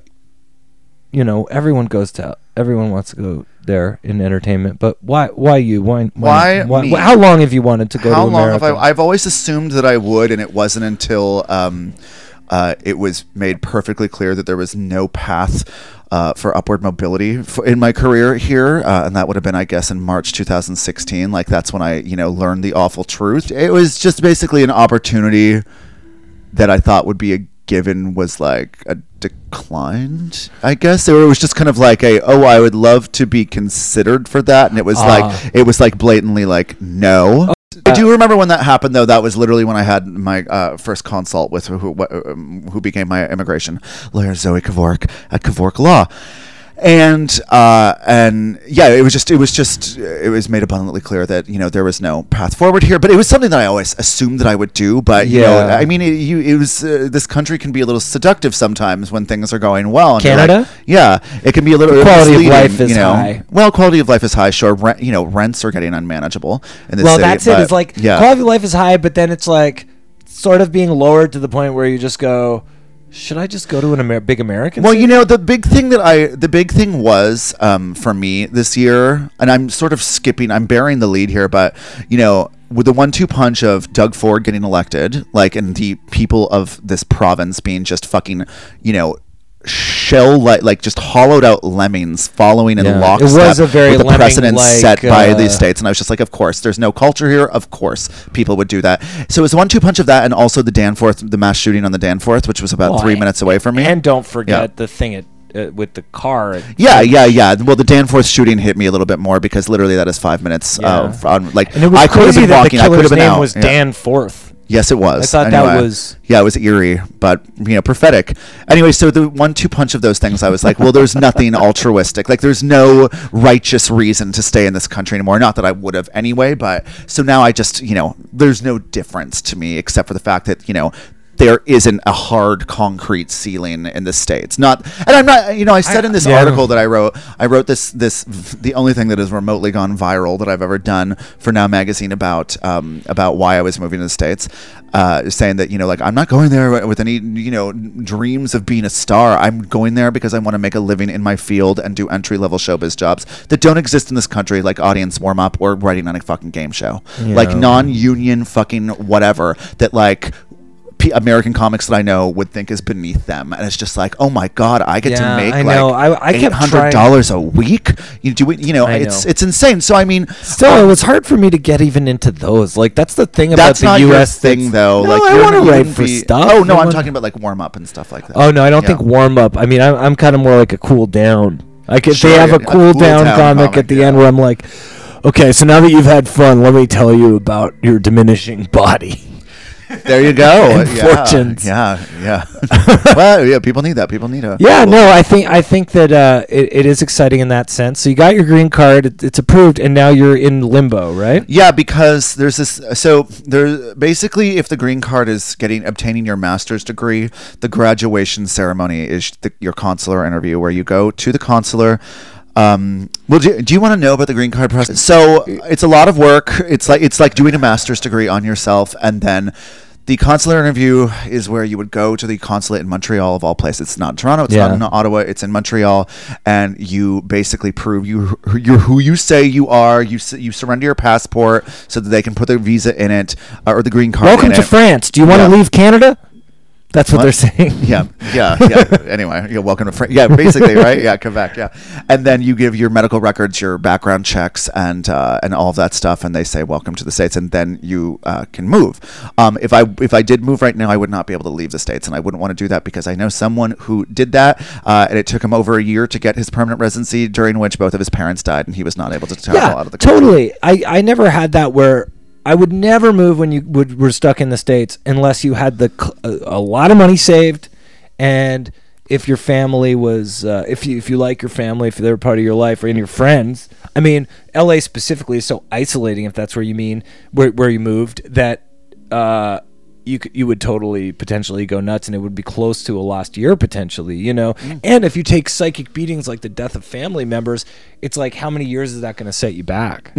you know everyone goes to everyone wants to go there in entertainment, but why why you why
Why
why,
me?
why how long have you wanted to go
How
to
long
America?
have I I've always assumed that I would and it wasn't until um uh, it was made perfectly clear that there was no path uh, for upward mobility for, in my career here, uh, and that would have been, I guess, in March 2016. Like that's when I, you know, learned the awful truth. It was just basically an opportunity that I thought would be a given was like a declined, I guess, or it was just kind of like a oh, I would love to be considered for that, and it was
Ah.
like it was like blatantly like no. I do remember when that happened, though. That was literally when I had my uh, first consult with who, wh- um, who became my immigration lawyer, Zoe Kavork at Kavork Law, and uh, and yeah, it was just it was just it was made abundantly clear that you know there was no path forward here. But it was something that I always assumed that I would do. But you know,
Yeah.
I mean, it, you it was uh, this country can be a little seductive sometimes when things are going well. and you're like-
Canada?
yeah, it can be a little
The quality of
misleading,
life is
you know.
high.
Well, quality of life is high. Sure, rent, you know, rents are getting unmanageable in this
well,
city,
that's it.
but-
It's like
yeah.
quality of life is high, but then it's like sort of being lowered to the point where you just go, should I just go to an Amer- big American?
Well,
city?"
you know, the big thing that I, the big thing was um, for me this year, and I'm sort of skipping, I'm burying the lead here, but, you know, with the one two punch of Doug Ford getting elected, like, and the people of this province being just fucking, you know, shell like like just hollowed out lemmings following in
Yeah.
lockstep
It was a very
with the precedent
lemming-like,
set by
uh,
the states and i was just like of course there's no culture here of course people would do that so it was one two punch of that and also the danforth the mass shooting on the danforth which was about
Well,
three
I-
minutes away from me
and don't forget
Yeah.
the thing at uh, with the car. at-
Yeah, yeah, yeah. Well, the Danforth shooting hit me a little bit more because literally that is five minutes.
Yeah.
Uh, on, like
And it was
I could have
crazy
been
that
walking.
the
I could have
killer's
been
name
out.
was
Yeah.
Dan Forth.
Yes, it was.
I thought
knew
that was-
Yeah, it was eerie, but you know, prophetic. Anyway, so the one-two punch of those things, I was like, well,
(laughs)
there's nothing altruistic. Like, there's no righteous reason to stay in this country anymore. Not that I would have anyway, but so now I just, you know, there's no difference to me except for the fact that you know. There isn't a hard concrete ceiling in the states. Not, and I'm not. You know, I said in this
yeah.
article that I wrote, I wrote this this the only thing that has remotely gone viral that I've ever done for Now Magazine about um, about why I was moving to the states, uh, saying that you know like I'm not going there with any you know dreams of being a star. I'm going there because I want to make a living in my field and do entry level showbiz jobs that don't exist in this country, like audience warm up or writing on a fucking game show, like non union fucking whatever that like. P- American comics that I know would think is beneath them, and it's just like, oh my god, I get
Yeah,
to make
I
like
know. I- I kept
eight hundred dollars a week. You do it, you know,
I
it's
know.
it's insane. So I mean,
Still, it was hard for me to get even into those. Like that's the thing about
that's
the
not
U.S.
your
that's-
thing though.
No,
like
I
you're-
want to
you
write
wouldn't
for
be-
stuff.
Oh no,
I
I'm
wanna-
talking about like warm up and stuff like that.
Oh no, I don't
Yeah.
think warm up. I mean, I'm, I'm kind of more like a cool down. Like if
Sure,
they have
yeah,
a
a
cool
cool
down,
down
comic, at
comic,
the
yeah.
end where I'm like, okay, so now that you've had fun, let me tell you about your diminishing body.
There you
(laughs)
go.
And
yeah,
fortunes.
Yeah,
(laughs)
yeah. well, yeah. People need that. People need a.
Yeah, no, I think I think that uh, it, it is exciting in that sense. So you got your green card, it, it's approved, and now you're in limbo, right?
Yeah, because there's this. So there, basically, if the green card is getting obtaining your master's degree, the graduation ceremony is the, your consular interview, where you go to the consular. Um, well, do, do you want to know about the green card process? So it's a lot of work. It's like it's like doing a master's degree on yourself, and then the consular interview is where you would go to the consulate in Montreal of all places. It's not in Toronto. It's
Yeah.
not in Ottawa. It's in Montreal, and you basically prove you you're who you say you are. You s- you surrender your passport so that they can put their visa in it uh, or the green card.
Welcome
in
to
it.
France. Do you want to
Yeah.
leave Canada? That's what,
What?
they're (laughs) saying.
(laughs) Yeah, yeah, yeah. anyway, yeah, welcome to France. Yeah, basically, right? Yeah, Quebec. Yeah, and then you give your medical records, your background checks, and uh, and all of that stuff, and they say welcome to the states, and then you uh, can move. Um, if I if I did move right now, I would not be able to leave the states, and I wouldn't want to do that because I know someone who did that, uh, and it took him over a year to get his permanent residency, during which both of his parents died, and he was not able to travel out of the country.
totally. I, I never had that where I would never move when you would were stuck in the states unless you had the cl- uh, a, a lot of money saved and if your family was uh, if you if you like your family if they're part of your life or in your friends. I mean, LA specifically is so isolating if that's where you mean where where you moved that uh you, c- you would totally potentially go nuts and it would be close to a lost year potentially you know and if you take psychic beatings like the death of family members it's like how many years is that going to set you back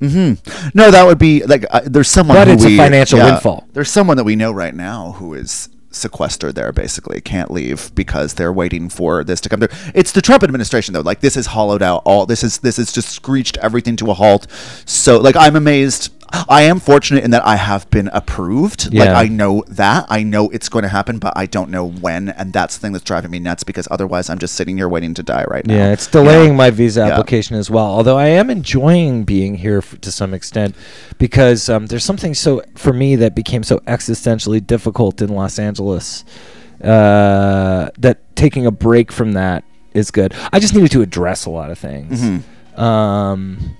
No, that would be like uh, there's someone.
But
who
it's a
we-
financial windfall.
There's someone that we know right now who is sequestered there, basically can't leave because they're waiting for this to come through. It's the Trump administration though. Like this has hollowed out all. This is this has just screeched everything to a halt. So like I'm amazed. I am fortunate in that I have been approved. Like
Yeah.
I know that. I know it's going to happen, but I don't know when. And that's the thing that's driving me nuts because otherwise I'm just sitting here waiting to die right now.
yeah it's delaying my visa application as well although i am enjoying being here f- to some extent because um, there's something so for me that became so existentially difficult in los angeles uh, that taking a break from that is good i just needed to address a lot of things
Mm-hmm.
Um,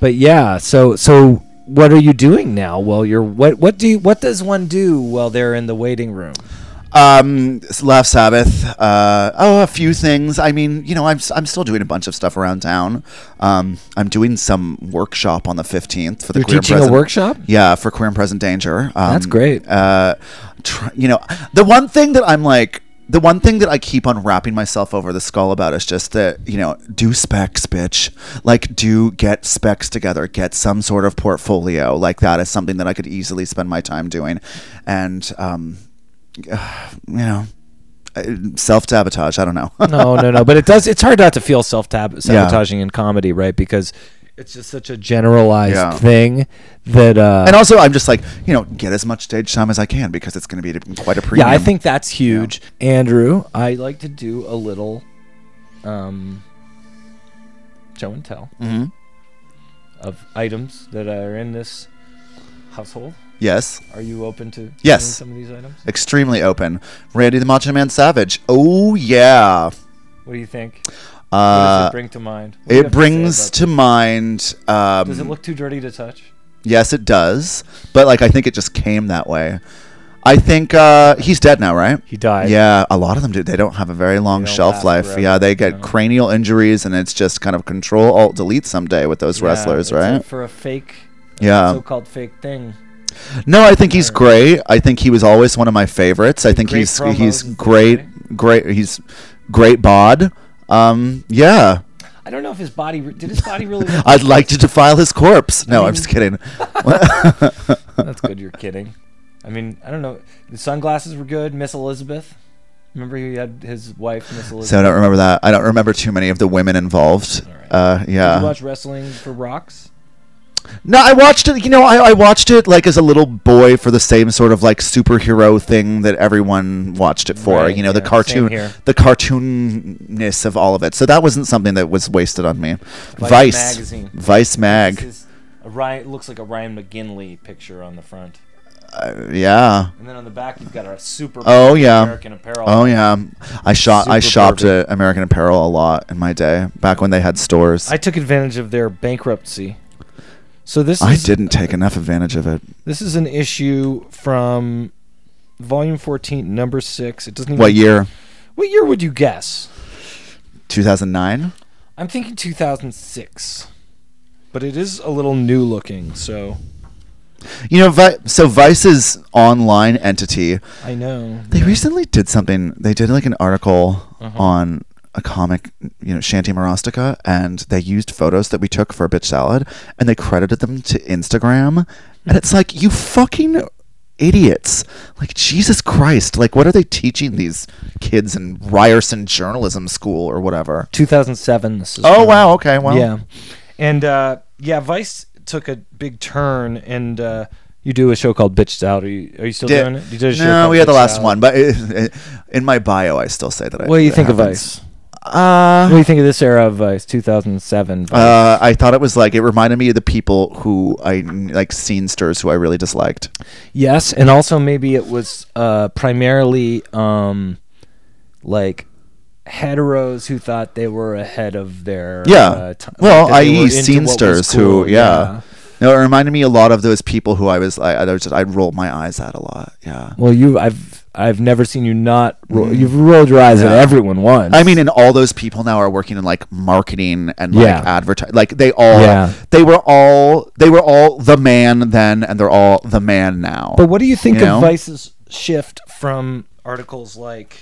but yeah, so so what are you doing now? Well, you're what what do you, what does one do while they're in the waiting room?
Um, s- Last Sabbath. Uh, oh, a few things. I mean, you know, I'm s- I'm still doing a bunch of stuff around town. Um, I'm doing some workshop on the 15th for the
You're
queer and
teaching a
present.
workshop?
Yeah, for queer and present danger. Um,
That's great.
Uh, tr- you know, the one thing that I'm like. The one thing that I keep on wrapping myself over the skull about is just that, you know, do specs, bitch. Like, do get specs together, get some sort of portfolio. Like, that is something that I could easily spend my time doing. And, um, uh, you know, self sabotage. I don't know.
No, no,
(laughs)
no. But it does. It's hard not to feel self sabotaging in comedy, right? Because it's just such a generalized
Yeah.
thing that. Uh,
and also, I'm just like, you know, get as much stage time as I can because it's going to be quite a premium.
yeah, I think that's huge, Andrew. I like to do a little, um, show and tell
hmm
of items that are in this household.
Yes,
Are you open to seeing
Yes.
some of these items?
extremely open. Randy the Macho Man Savage. Oh yeah,
What do you think? what does
Uh,
it bring to mind? What do you have
it
to say
brings
about
to mind. Um,
that? Does it look too dirty to touch?
Yes, it does. But like, I think it just came that way. I think uh, he's dead now, right?
He died.
Yeah, a lot of them do. They don't have a very long
don't
shelf
last
life.
forever,
yeah, they get
no.
cranial injuries, and it's just kind of control alt delete someday with those
Yeah,
wrestlers,
it's a-
right?
for a fake,
Yeah.
so-called fake thing.
No, I think he's
Or-
great. I think he was always one of my favorites. I think
great
he's
promos
he's
and stuff,
great, great. He's great bod. Um, yeah,
I don't know if his body re- did his body
(laughs)
really.
I'd like to defile his corpse. No,
mean-
I'm just kidding.
That's good. You're kidding. I mean, I don't know. The sunglasses were good. Miss Elizabeth. Remember he had his wife, Miss Elizabeth.
So I don't remember that. I don't remember too many of the women involved.
All right.
Uh, yeah.
Did you watch wrestling for rocks?
No, I watched it. You know, I, I watched it like as a little boy for the same sort of like superhero thing that everyone watched it for.
Right,
you know, the
yeah, same
cartoon,
here.
the cartoonness of all of it. So that wasn't something that was wasted on me.
Vice
Vice,
magazine.
Vice Mag.
This is a Ryan, looks like a Ryan McGinley picture on the front,
Uh, yeah.
and then on the back you've got a super.
Oh, yeah.
American Apparel.
Oh yeah. I shot. I
Super
shopped
pervy.
at American Apparel a lot in my day back when they had stores.
I took advantage of their bankruptcy. So this
I
is,
didn't take enough advantage of it.
This is an issue from volume 14, number 6. It doesn't even
What year?
What year would you guess?
2009.
I'm thinking 2006. But it is a little new looking, so
You know, Vi- so Vice's online entity
I know.
They recently did something. They did like an article
Uh-huh.
on a comic, you know, Shanty Marostica, and they used photos that we took for Bitch Salad, and they credited them to Instagram. And it's like, you fucking idiots! Like Jesus Christ! Like, what are they teaching these kids in Ryerson journalism school or whatever?
2007 this is.
Oh
from.
wow! Okay, well,
Yeah. And uh yeah, Vice took a big turn and uh you do a show called Bitched Out. Are you, are you still
Did-
doing it? You did a show
no,
called
we had the
Bitched
last
Out.
one, but (laughs) it, it- in my bio, I still say that. I,
What do you
it
think of
happens.
Vice?
Uh,
What do you think of this era of Vice? 2007. Vice?
Uh, I thought it was like it reminded me of the people who I like scenesters who I really disliked.
Yes, and also maybe it was uh, primarily um, like heteros who thought they were ahead of their
Yeah.
Uh, ti-
well,
that they were into
i.e.
what was
scenesters
cool,
who yeah. No, it reminded me a lot of those people who I was like I, I just I'd roll my eyes at a lot. Yeah.
Well, you I've I've never seen you not ro- you've rolled your eyes at
Yeah.
everyone once.
I mean, and all those people now are working in like marketing and like
Yeah.
advertising. Like they all,
Yeah.
they were all, they were all the man then, and they're all the man now.
but what do you think
you
of
know?
Vice's shift from articles like?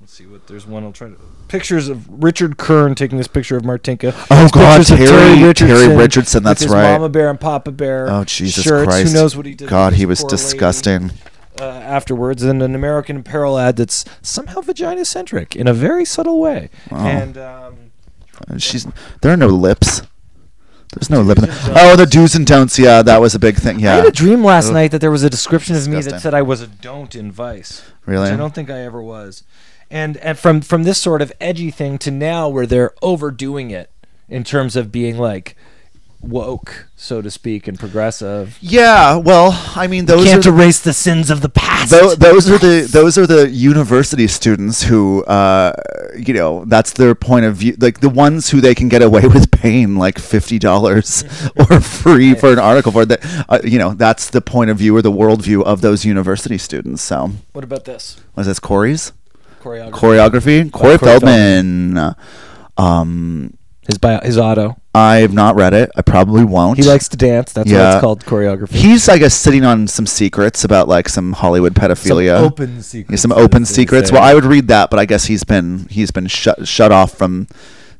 Let's see what there's one I'll try to pictures of Richard Kern taking this picture of Martinka.
Oh,
There's
God,
pictures of
Terry- Terry Richardson,
with
that's
his
right.
Mama bear and Papa bear.
oh Jesus
shirts.
Christ!
Who knows what he did? with
God,
this
he was
poor lady,
disgusting.
uh, afterwards, and an American Apparel ad that's somehow vagina centric in a very subtle way. And um,
She's there are no lips. There's no lip. In
and
the,
don'ts.
oh, the do's and don'ts. Yeah, that was a big thing.
I
Yeah, Uh,
had a dream last
Ugh.
night that there was a description of me that
Disgusting.
said I was a don't in Vice.
Really?
Which I don't think I ever was. And and from from this sort of edgy thing to now where they're overdoing it in terms of being like woke, so to speak, and progressive.
yeah. Well, I mean, those are
Can't
the,
erase the sins of the past.
tho- those are the those are the university students who, uh, you know, that's their point of view. Like the ones who they can get away (laughs) with paying like fifty
(laughs)
dollars or free for an article for that. Uh, you know, that's the point of view or the worldview of those university students. So,
what about this?
was this Corey's
Choreography.
choreography?
Corey
Corey Feldman. Um,
his bio, his auto.
I've not read it. I probably won't.
He likes to dance. That's why it's
Yeah.
called choreography.
He's, I guess, sitting on some secrets about like some Hollywood pedophilia,
Some open secrets.
Yeah, some
that
open
it's
secrets.
insane.
Well, I would read that, but I guess he's been he's been shut shut off from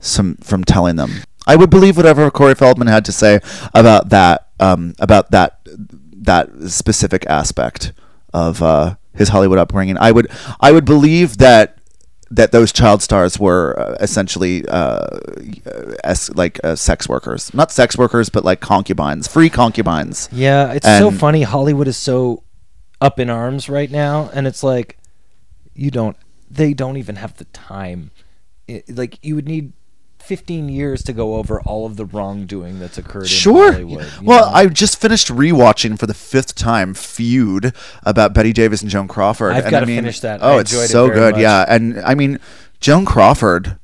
some from telling them. I would believe whatever Corey Feldman had to say about that um, about that that specific aspect of uh, his Hollywood upbringing. I would I would believe that that those child stars were uh, essentially uh, as like uh, sex workers, not sex workers, but like concubines, free concubines.
yeah, it's so
and-
funny. Hollywood is so up in arms right now, and it's like you don't. They don't even have the time. It, like you would need. 15 years to go over all of the wrongdoing that's occurred
Sure.
in Hollywood. you
Well,
know?
I just finished rewatching for the fifth time Feud about Betty Davis and Joan Crawford.
I've
and
gotta
I mean,
finish that.
Oh,
I
it's
enjoyed it
so
very
good.
much.
Yeah, and I mean Joan Crawford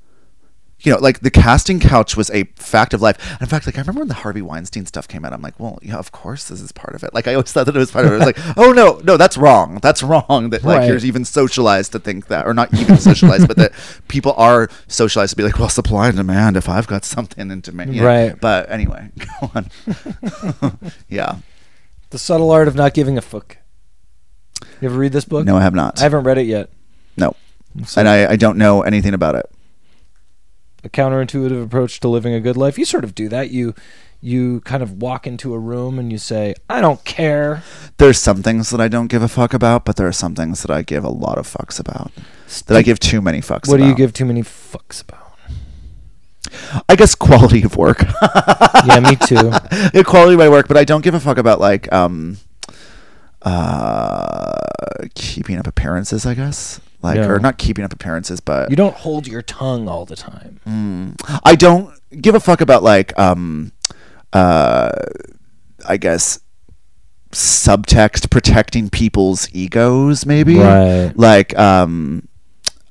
you know, like the casting couch was a fact of life. And in fact, like I remember when the Harvey Weinstein stuff came out, I'm like, well, yeah, of course this is part of it. Like I always (laughs) thought that it was part of it. I was like, oh no, no, that's wrong. That's wrong. That like
Right.
you're even socialized to think that, or not even socialized, but that people are socialized to be like, well, supply and demand. If I've got something in demand, you know.
Right.
But anyway, (laughs) go on. yeah.
The subtle art of not giving a fuck. You ever read this book?
No, I have not.
I haven't read it yet.
no. And I, I don't know anything about it.
a counterintuitive approach to living a good life. You sort of do that. You you kind of walk into a room and you say, "I don't care."
There's some things that I don't give a fuck about, but there are some things that I give a lot of fucks about. That I give too many fucks
What do you
about.
give too many fucks about?
I guess quality of work. (laughs)
yeah, me too.
yeah, quality of my work, but I don't give a fuck about like um uh keeping up appearances, I guess. Like
Yeah.
or not keeping up appearances,
(laughs)
but
You don't hold your tongue all the time.
I don't give a fuck about like um uh I guess subtext protecting people's egos maybe.
Right.
Like um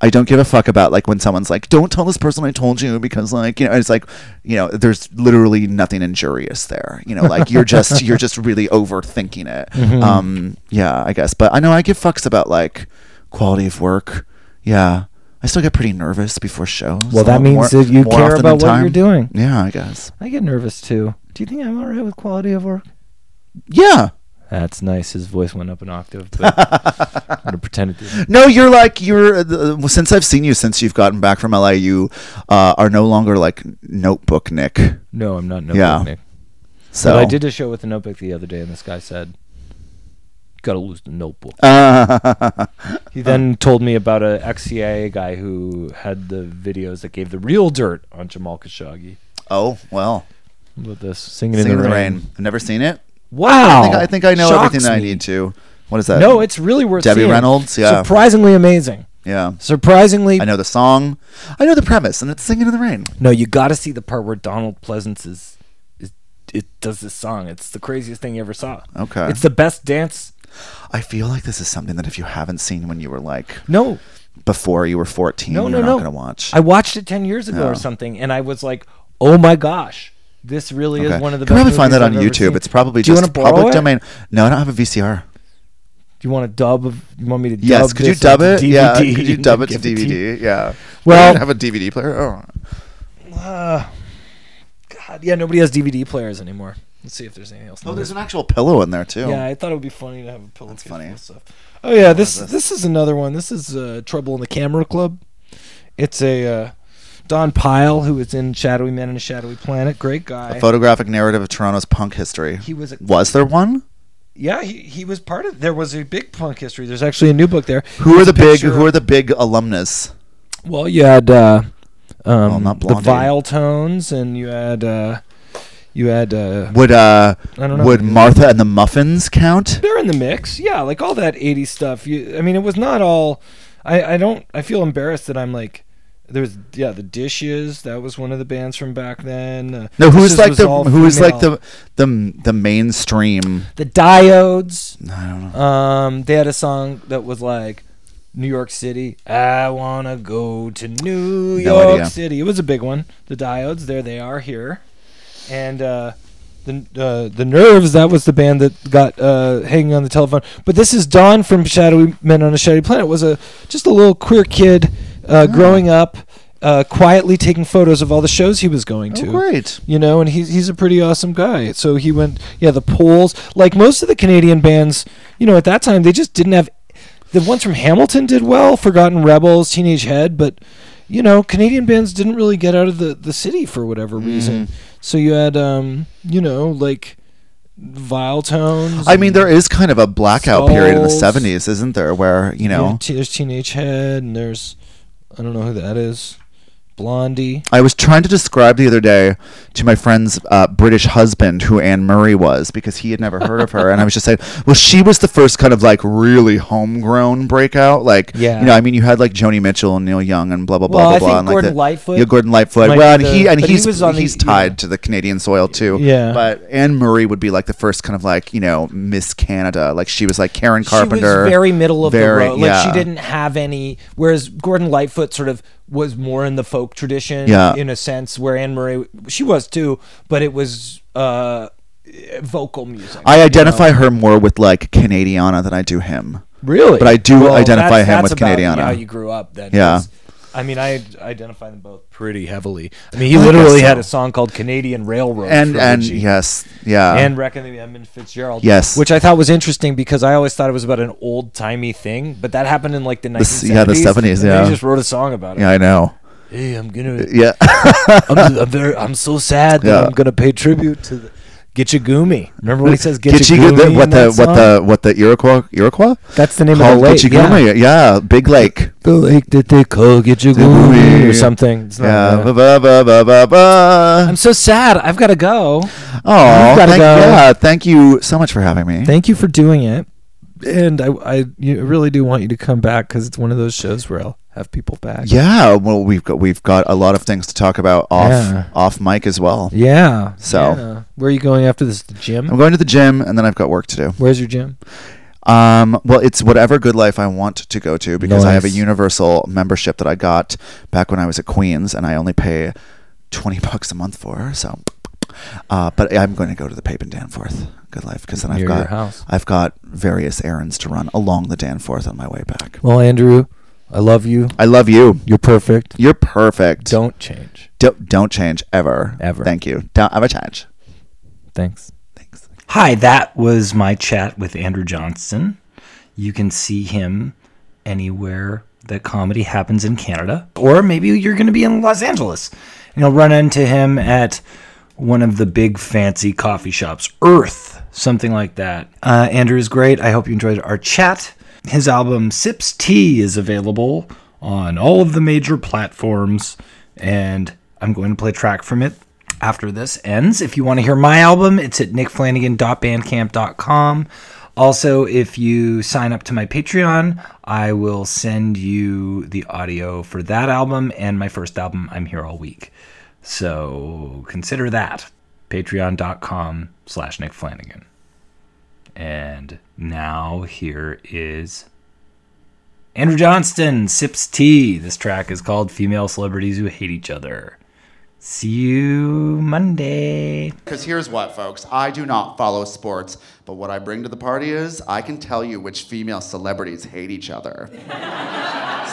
I don't give a fuck about like when someone's like, "Don't tell this person I told you," because like you know, it's like you know, there's literally nothing injurious there. You know, like you're just you're just really overthinking it.
Mm-hmm. Hmm.
Um, yeah, I guess. But I know I give fucks about like quality of work. Yeah, I still get pretty nervous before shows.
Well, that
uh,
means
more-
that you
more
care
often
about
than
what you're
time.
doing.
Yeah, I guess.
I get nervous too. Do you think I'm all right with quality of work?
Yeah.
That's nice. His voice went up an octave, but I'm gonna pretend it didn't.
No, you're like you're. Uh, well, since I've seen you since you've gotten back from LA, you uh, are no longer like notebook Nick.
No, I'm not notebook
Yeah.
Nick.
So
But I did a show with a notebook the other day, and this guy said, "Gotta lose the notebook." He then told me about a ex CIA guy who had the videos that gave the real dirt on Jamal Khashoggi
(laughs) oh well.
with this singing,
Singing
in the, rain.
I've never seen it.
Wow!
I think I, think I know
Shocks
everything I
me.
need to. What is that?
No, it's really worth
Debbie
seeing.
Reynolds, yeah.
surprisingly amazing.
yeah.
Surprisingly,
I know the song. I know the premise, and it's "Singing in the Rain."
no. You got to see the part where Donald Pleasance is, is it does this song. It's the craziest thing you ever saw.
Okay.
it's the best dance.
I feel like this is something that if you haven't seen when you were like
No,
before you were fourteen,
no,
you're
no,
not
no.
gonna watch.
I watched it ten years ago
No.
or something, and I was like, "Oh my gosh, this really
Okay.
is one of the."
You can
best
probably find
movies
that on
I've ever
YouTube.
seen."
It's probably
Do you
just
wanna borrow
public
it?
domain. No, I don't have a VCR.
Do you want a dub of? You want me to? Dub
Yes, could you
this onto
dub it? Yeah,
DVD (laughs)
could you
and
dub it to
give you?
DVD? Yeah.
Well-
I don't have a DVD player. Oh.
Uh, God, yeah, nobody has DVD players anymore. Let's see if there's anything else.
Oh, there's an actual pillow in there too.
yeah, I thought it would be funny to have a pillow. That's
funny.
Stuff. Oh yeah, this,
is
this is another one. This is uh, Trouble in the Camera Club. It's a uh, Don Pyle who was in Shadowy Men and a Shadowy Planet. Great guy.
A photographic narrative of Toronto's punk history.
he was a
Was there one?
yeah he, he was part of there was a big punk history. There's actually a new book there.
Who are
There's
the
a
big?
picture-
Who are the big alumnus?
Well, you had uh, um,
not
the
Blondie.
Vile Tones, and you had uh, you had uh,
Would uh,
I don't know.
would Martha and the Muffins count?
they're in the mix. Yeah, like all that '80s stuff. You, I mean, it was not all. I, I don't. I feel embarrassed that I'm like. There's yeah, the dishes. That was one of the bands from back then. Uh,
No,
This
who's
Is-
like
was
the
all
who's like
female.
the the the mainstream?
the diodes.
I don't know.
Um, they had a song that was like New York City. I wanna go to New
No
York
idea.
City. It was a big one. The Diodes. There they are here, and uh, the uh, the Nerves. That was the band that got uh, hanging on the telephone. But this is Don from Shadowy Men on a Shadowy Planet. Was a just a little queer kid
Ah.
uh, growing up, uh, quietly taking photos of all the shows he was going to
Oh, great.
you know, and he's he's a pretty awesome guy. So he went, yeah, the Poles, like most of the Canadian bands, you know, at that time they just didn't have. The ones from Hamilton did well, Forgotten Rebels, Teenage Head, but you know, Canadian bands didn't really get out of the the city for whatever
Mm-hmm.
reason. So you had, um, you know, like Vile Tones.
I mean, there is kind of a blackout period in the
Souls.
seventies, isn't there? Where you
you
know,
know, te- there's Teenage Head, and there's I don't know who that is, Blondie.
I was trying to describe the other day to my friend's uh, British husband who Anne Murray was because he had never heard of her, and I was just saying, well, she was the first kind of like really homegrown breakout. Like,
Yeah.
you know, I mean, you had like Joni Mitchell and Neil Young and blah blah blah
Well, I
blah blah.
think
and, like,
Gordon
the-
Lightfoot
Yeah, Gordon Lightfoot.
might
Well, and
be
he
the-
and
but he
he's
was on the-
he's
yeah.
tied to the Canadian soil too.
Yeah.
but Anne Murray would be like the first kind of like you know Miss Canada. Like she was like Karen Carpenter.
She was very middle of
Very-
the road. Like
yeah.
she didn't have any. Whereas Gordon Lightfoot sort of was more in the folk tradition
Yeah.
in a sense where Anne Marie she was too, but it was uh vocal music.
I identify her more with like Canadiana than I do him.
really?
but I do identify
that's,
him
that's
with
about
Canadiana.
How you grew up then.
Yeah.
'cause, I mean, I identify them both pretty heavily. I mean, he literally had a song called "Canadian Railroad"
And and
Trilogy.
yes, yeah.
and Reckon the Edmund Fitzgerald.
Uh, Yes.
which I thought was interesting because I always thought it was about an old timey thing, but that happened in like the 1970s.
yeah, the 70s,
and
yeah.
he just wrote a song about it.
yeah, I know.
Hey, I'm
(laughs)
gonna, (laughs)
Yeah.
I'm, I'm very, I'm so sad that
Yeah.
I'm gonna pay tribute to the Gitchagumi. Remember when he says
Gitchigumi,
Gitchagumi? in
what
that
the what
song?
the what the Iroquois Iroquois?
That's the name of
Called
the lake. Yeah.
Gitchigumi, Yeah.
(laughs)
Big Lake.
The lake that they call Gitchagumi or something. It's not
Yeah.
that.
Ba, ba, ba, ba, ba, ba.
I'm so sad. I've got to go.
Oh,
We've gotta
thank,
go.
yeah. Thank you so much for having me.
Thank you for doing it. And I, I you really do want you to come back because it's one of those shows where I'll have people back.
yeah. Well, we've got we've got a lot of things to talk about off
Yeah.
off mic as well.
Yeah.
So-
Yeah. where are you going after this? The
I'm
gym?
going to the gym and then I've got work to do.
Where's your gym?
Um, well, it's whatever good life I want to go to because I have a
Nice.
universal membership that I got back when I was at Queens, and I only pay twenty bucks a month for. So, uh, but I'm going to go to the Pape and Danforth Good Life because then I've
Near
got
your house.
I've got various errands to run along the Danforth on my way back.
Well, Andrew, I love you.
I love you.
You're perfect.
You're perfect.
Don't change.
don't, don't change ever.
Ever.
Thank you. Don't ever change.
Thanks.
Thanks.
Hi, that was my chat with Andrew Johnson. You can see him anywhere that comedy happens in Canada, or maybe you're going to be in Los Angeles and you'll run into him at one of the big fancy coffee shops, Earth, something like that. Uh, Andrew is great. I hope you enjoyed our chat. His album Sips Tea is available on all of the major platforms, and I'm going to play a track from it after this ends. If you want to hear my album, it's at nickflanagan.bandcamp.com. Also, if you sign up to my Patreon, I will send you the audio for that album and my first album, I'm Here All Week. So consider that. Patreon.com slash Nick Flanagan. And now here is Andrew Johnston sips tea. This track is called Female Celebrities Who Hate Each Other. See you Monday.
Because here's what, folks. I do not follow sports, but what I bring to the party is I can tell you which female celebrities hate each other. (laughs)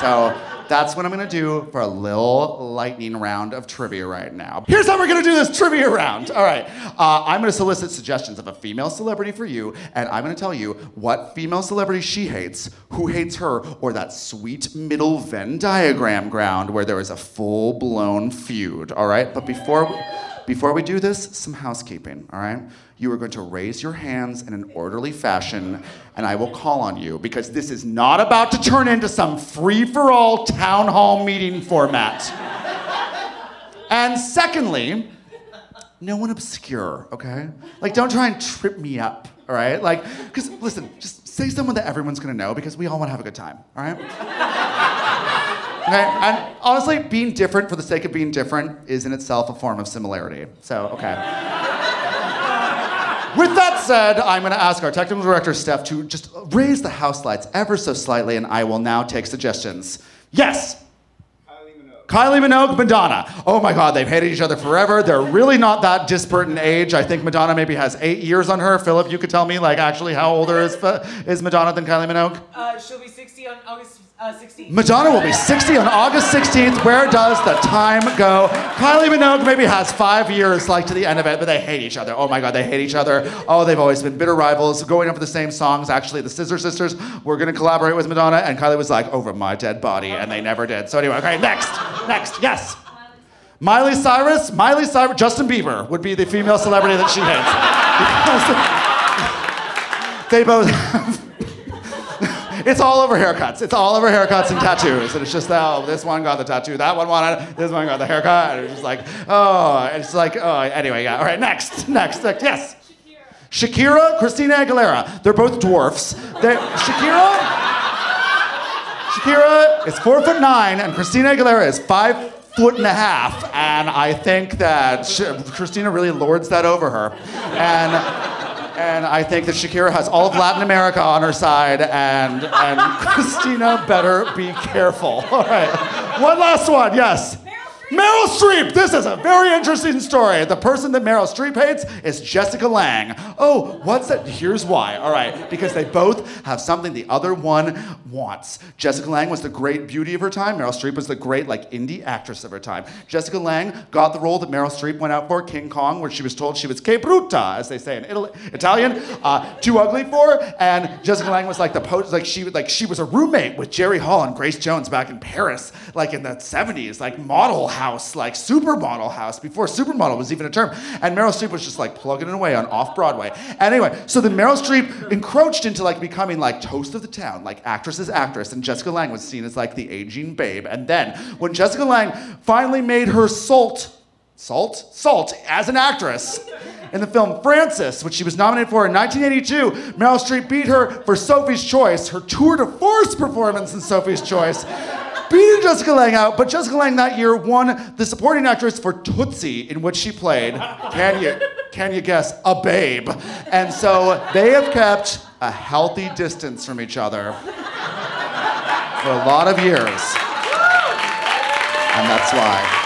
so that's what I'm gonna do for a little lightning round of trivia right now. Here's how we're gonna do this trivia round. All right. Uh, I'm gonna solicit suggestions of a female celebrity for you, and I'm gonna tell you what female celebrity she hates, who hates her, or that sweet middle Venn diagram ground where there is a full blown feud. All right. But before. Before we do this, some housekeeping, all right? You are going to raise your hands in an orderly fashion, and I will call on you because this is not about to turn into some free for all town hall meeting format. and secondly, no one obscure, okay? Like, don't try and trip me up, all right? Like, because listen, just say someone that everyone's gonna know because we all wanna have a good time, all right? Okay, and honestly, being different for the sake of being different is in itself a form of similarity. So, okay. With that said, I'm going to ask our technical director, Steph, to just raise the house lights ever so slightly, and I will now take suggestions. Yes! Kylie Minogue, Madonna. Oh my God, they've hated each other forever. They're really not that disparate in age. I think Madonna maybe has eight years on her. Philip, you could tell me, like, actually, how older is, (laughs) is Madonna than Kylie Minogue?
Uh, she'll be 60 on August uh, 16th.
Madonna will be 60 on August 16th. Where does the time go? Kylie Minogue maybe has five years like to the end of it, but they hate each other. Oh my God, they hate each other. Oh, they've always been bitter rivals, going over the same songs. Actually, the Scissor Sisters were gonna collaborate with Madonna, and Kylie was like, "Over my dead body," and they never did. So anyway, okay, next, next, yes. Miley Cyrus, Miley Cyrus, Justin Bieber would be the female celebrity that she hates. (laughs) Because they both have it's all over haircuts. It's all over haircuts and tattoos. And it's just, oh, this one got the tattoo, that one wanted, it, this one got the haircut. And it's just like, oh, it's like, oh, anyway, yeah. All right, next, next, next. Yes. Shakira, Christina Aguilera. They're both dwarfs. They're, Shakira, Shakira is four foot nine, and Christina Aguilera is five foot and a half. And I think that Sh- Christina really lords that over her. And and I think that Shakira has all of Latin America
(laughs)
on her side, and and Christina better be careful. All right.
One last one, yes.
Streep.
Meryl Streep. This is a very interesting story. The person that Meryl Streep hates is Jessica Lang. Oh, what's that? Here's why. All right, because they both have something the other one wants. Jessica Lang was the great beauty of her time. Meryl Streep was the great like indie actress of her time. Jessica Lang got the role that Meryl Streep went out for, King Kong, where she was told she was che brutta, as they say in Italy, Italian, uh, too ugly for. And Jessica Lang was like the post, like she like she was a roommate with Jerry Hall and Grace Jones back in Paris, like in the 70s, like model house, like supermodel house, before supermodel was even a term. And Meryl Streep was just like plugging it away on off Broadway. Anyway, so then Meryl Streep encroached into like becoming like toast of the town, like actress's actress, and Jessica Lang was seen as like the aging babe. And then when Jessica Lang finally made her salt, salt, salt as an actress, in the film Francis, which she was nominated for in 1982, Meryl Streep beat her for Sophie's Choice, her tour de force performance in Sophie's Choice, beating Jessica Lang out. But Jessica Lang that year won the supporting actress for Tootsie, in which she played, can you, can you guess, a babe. And so they have kept a healthy distance from each other for a lot of years. And that's why.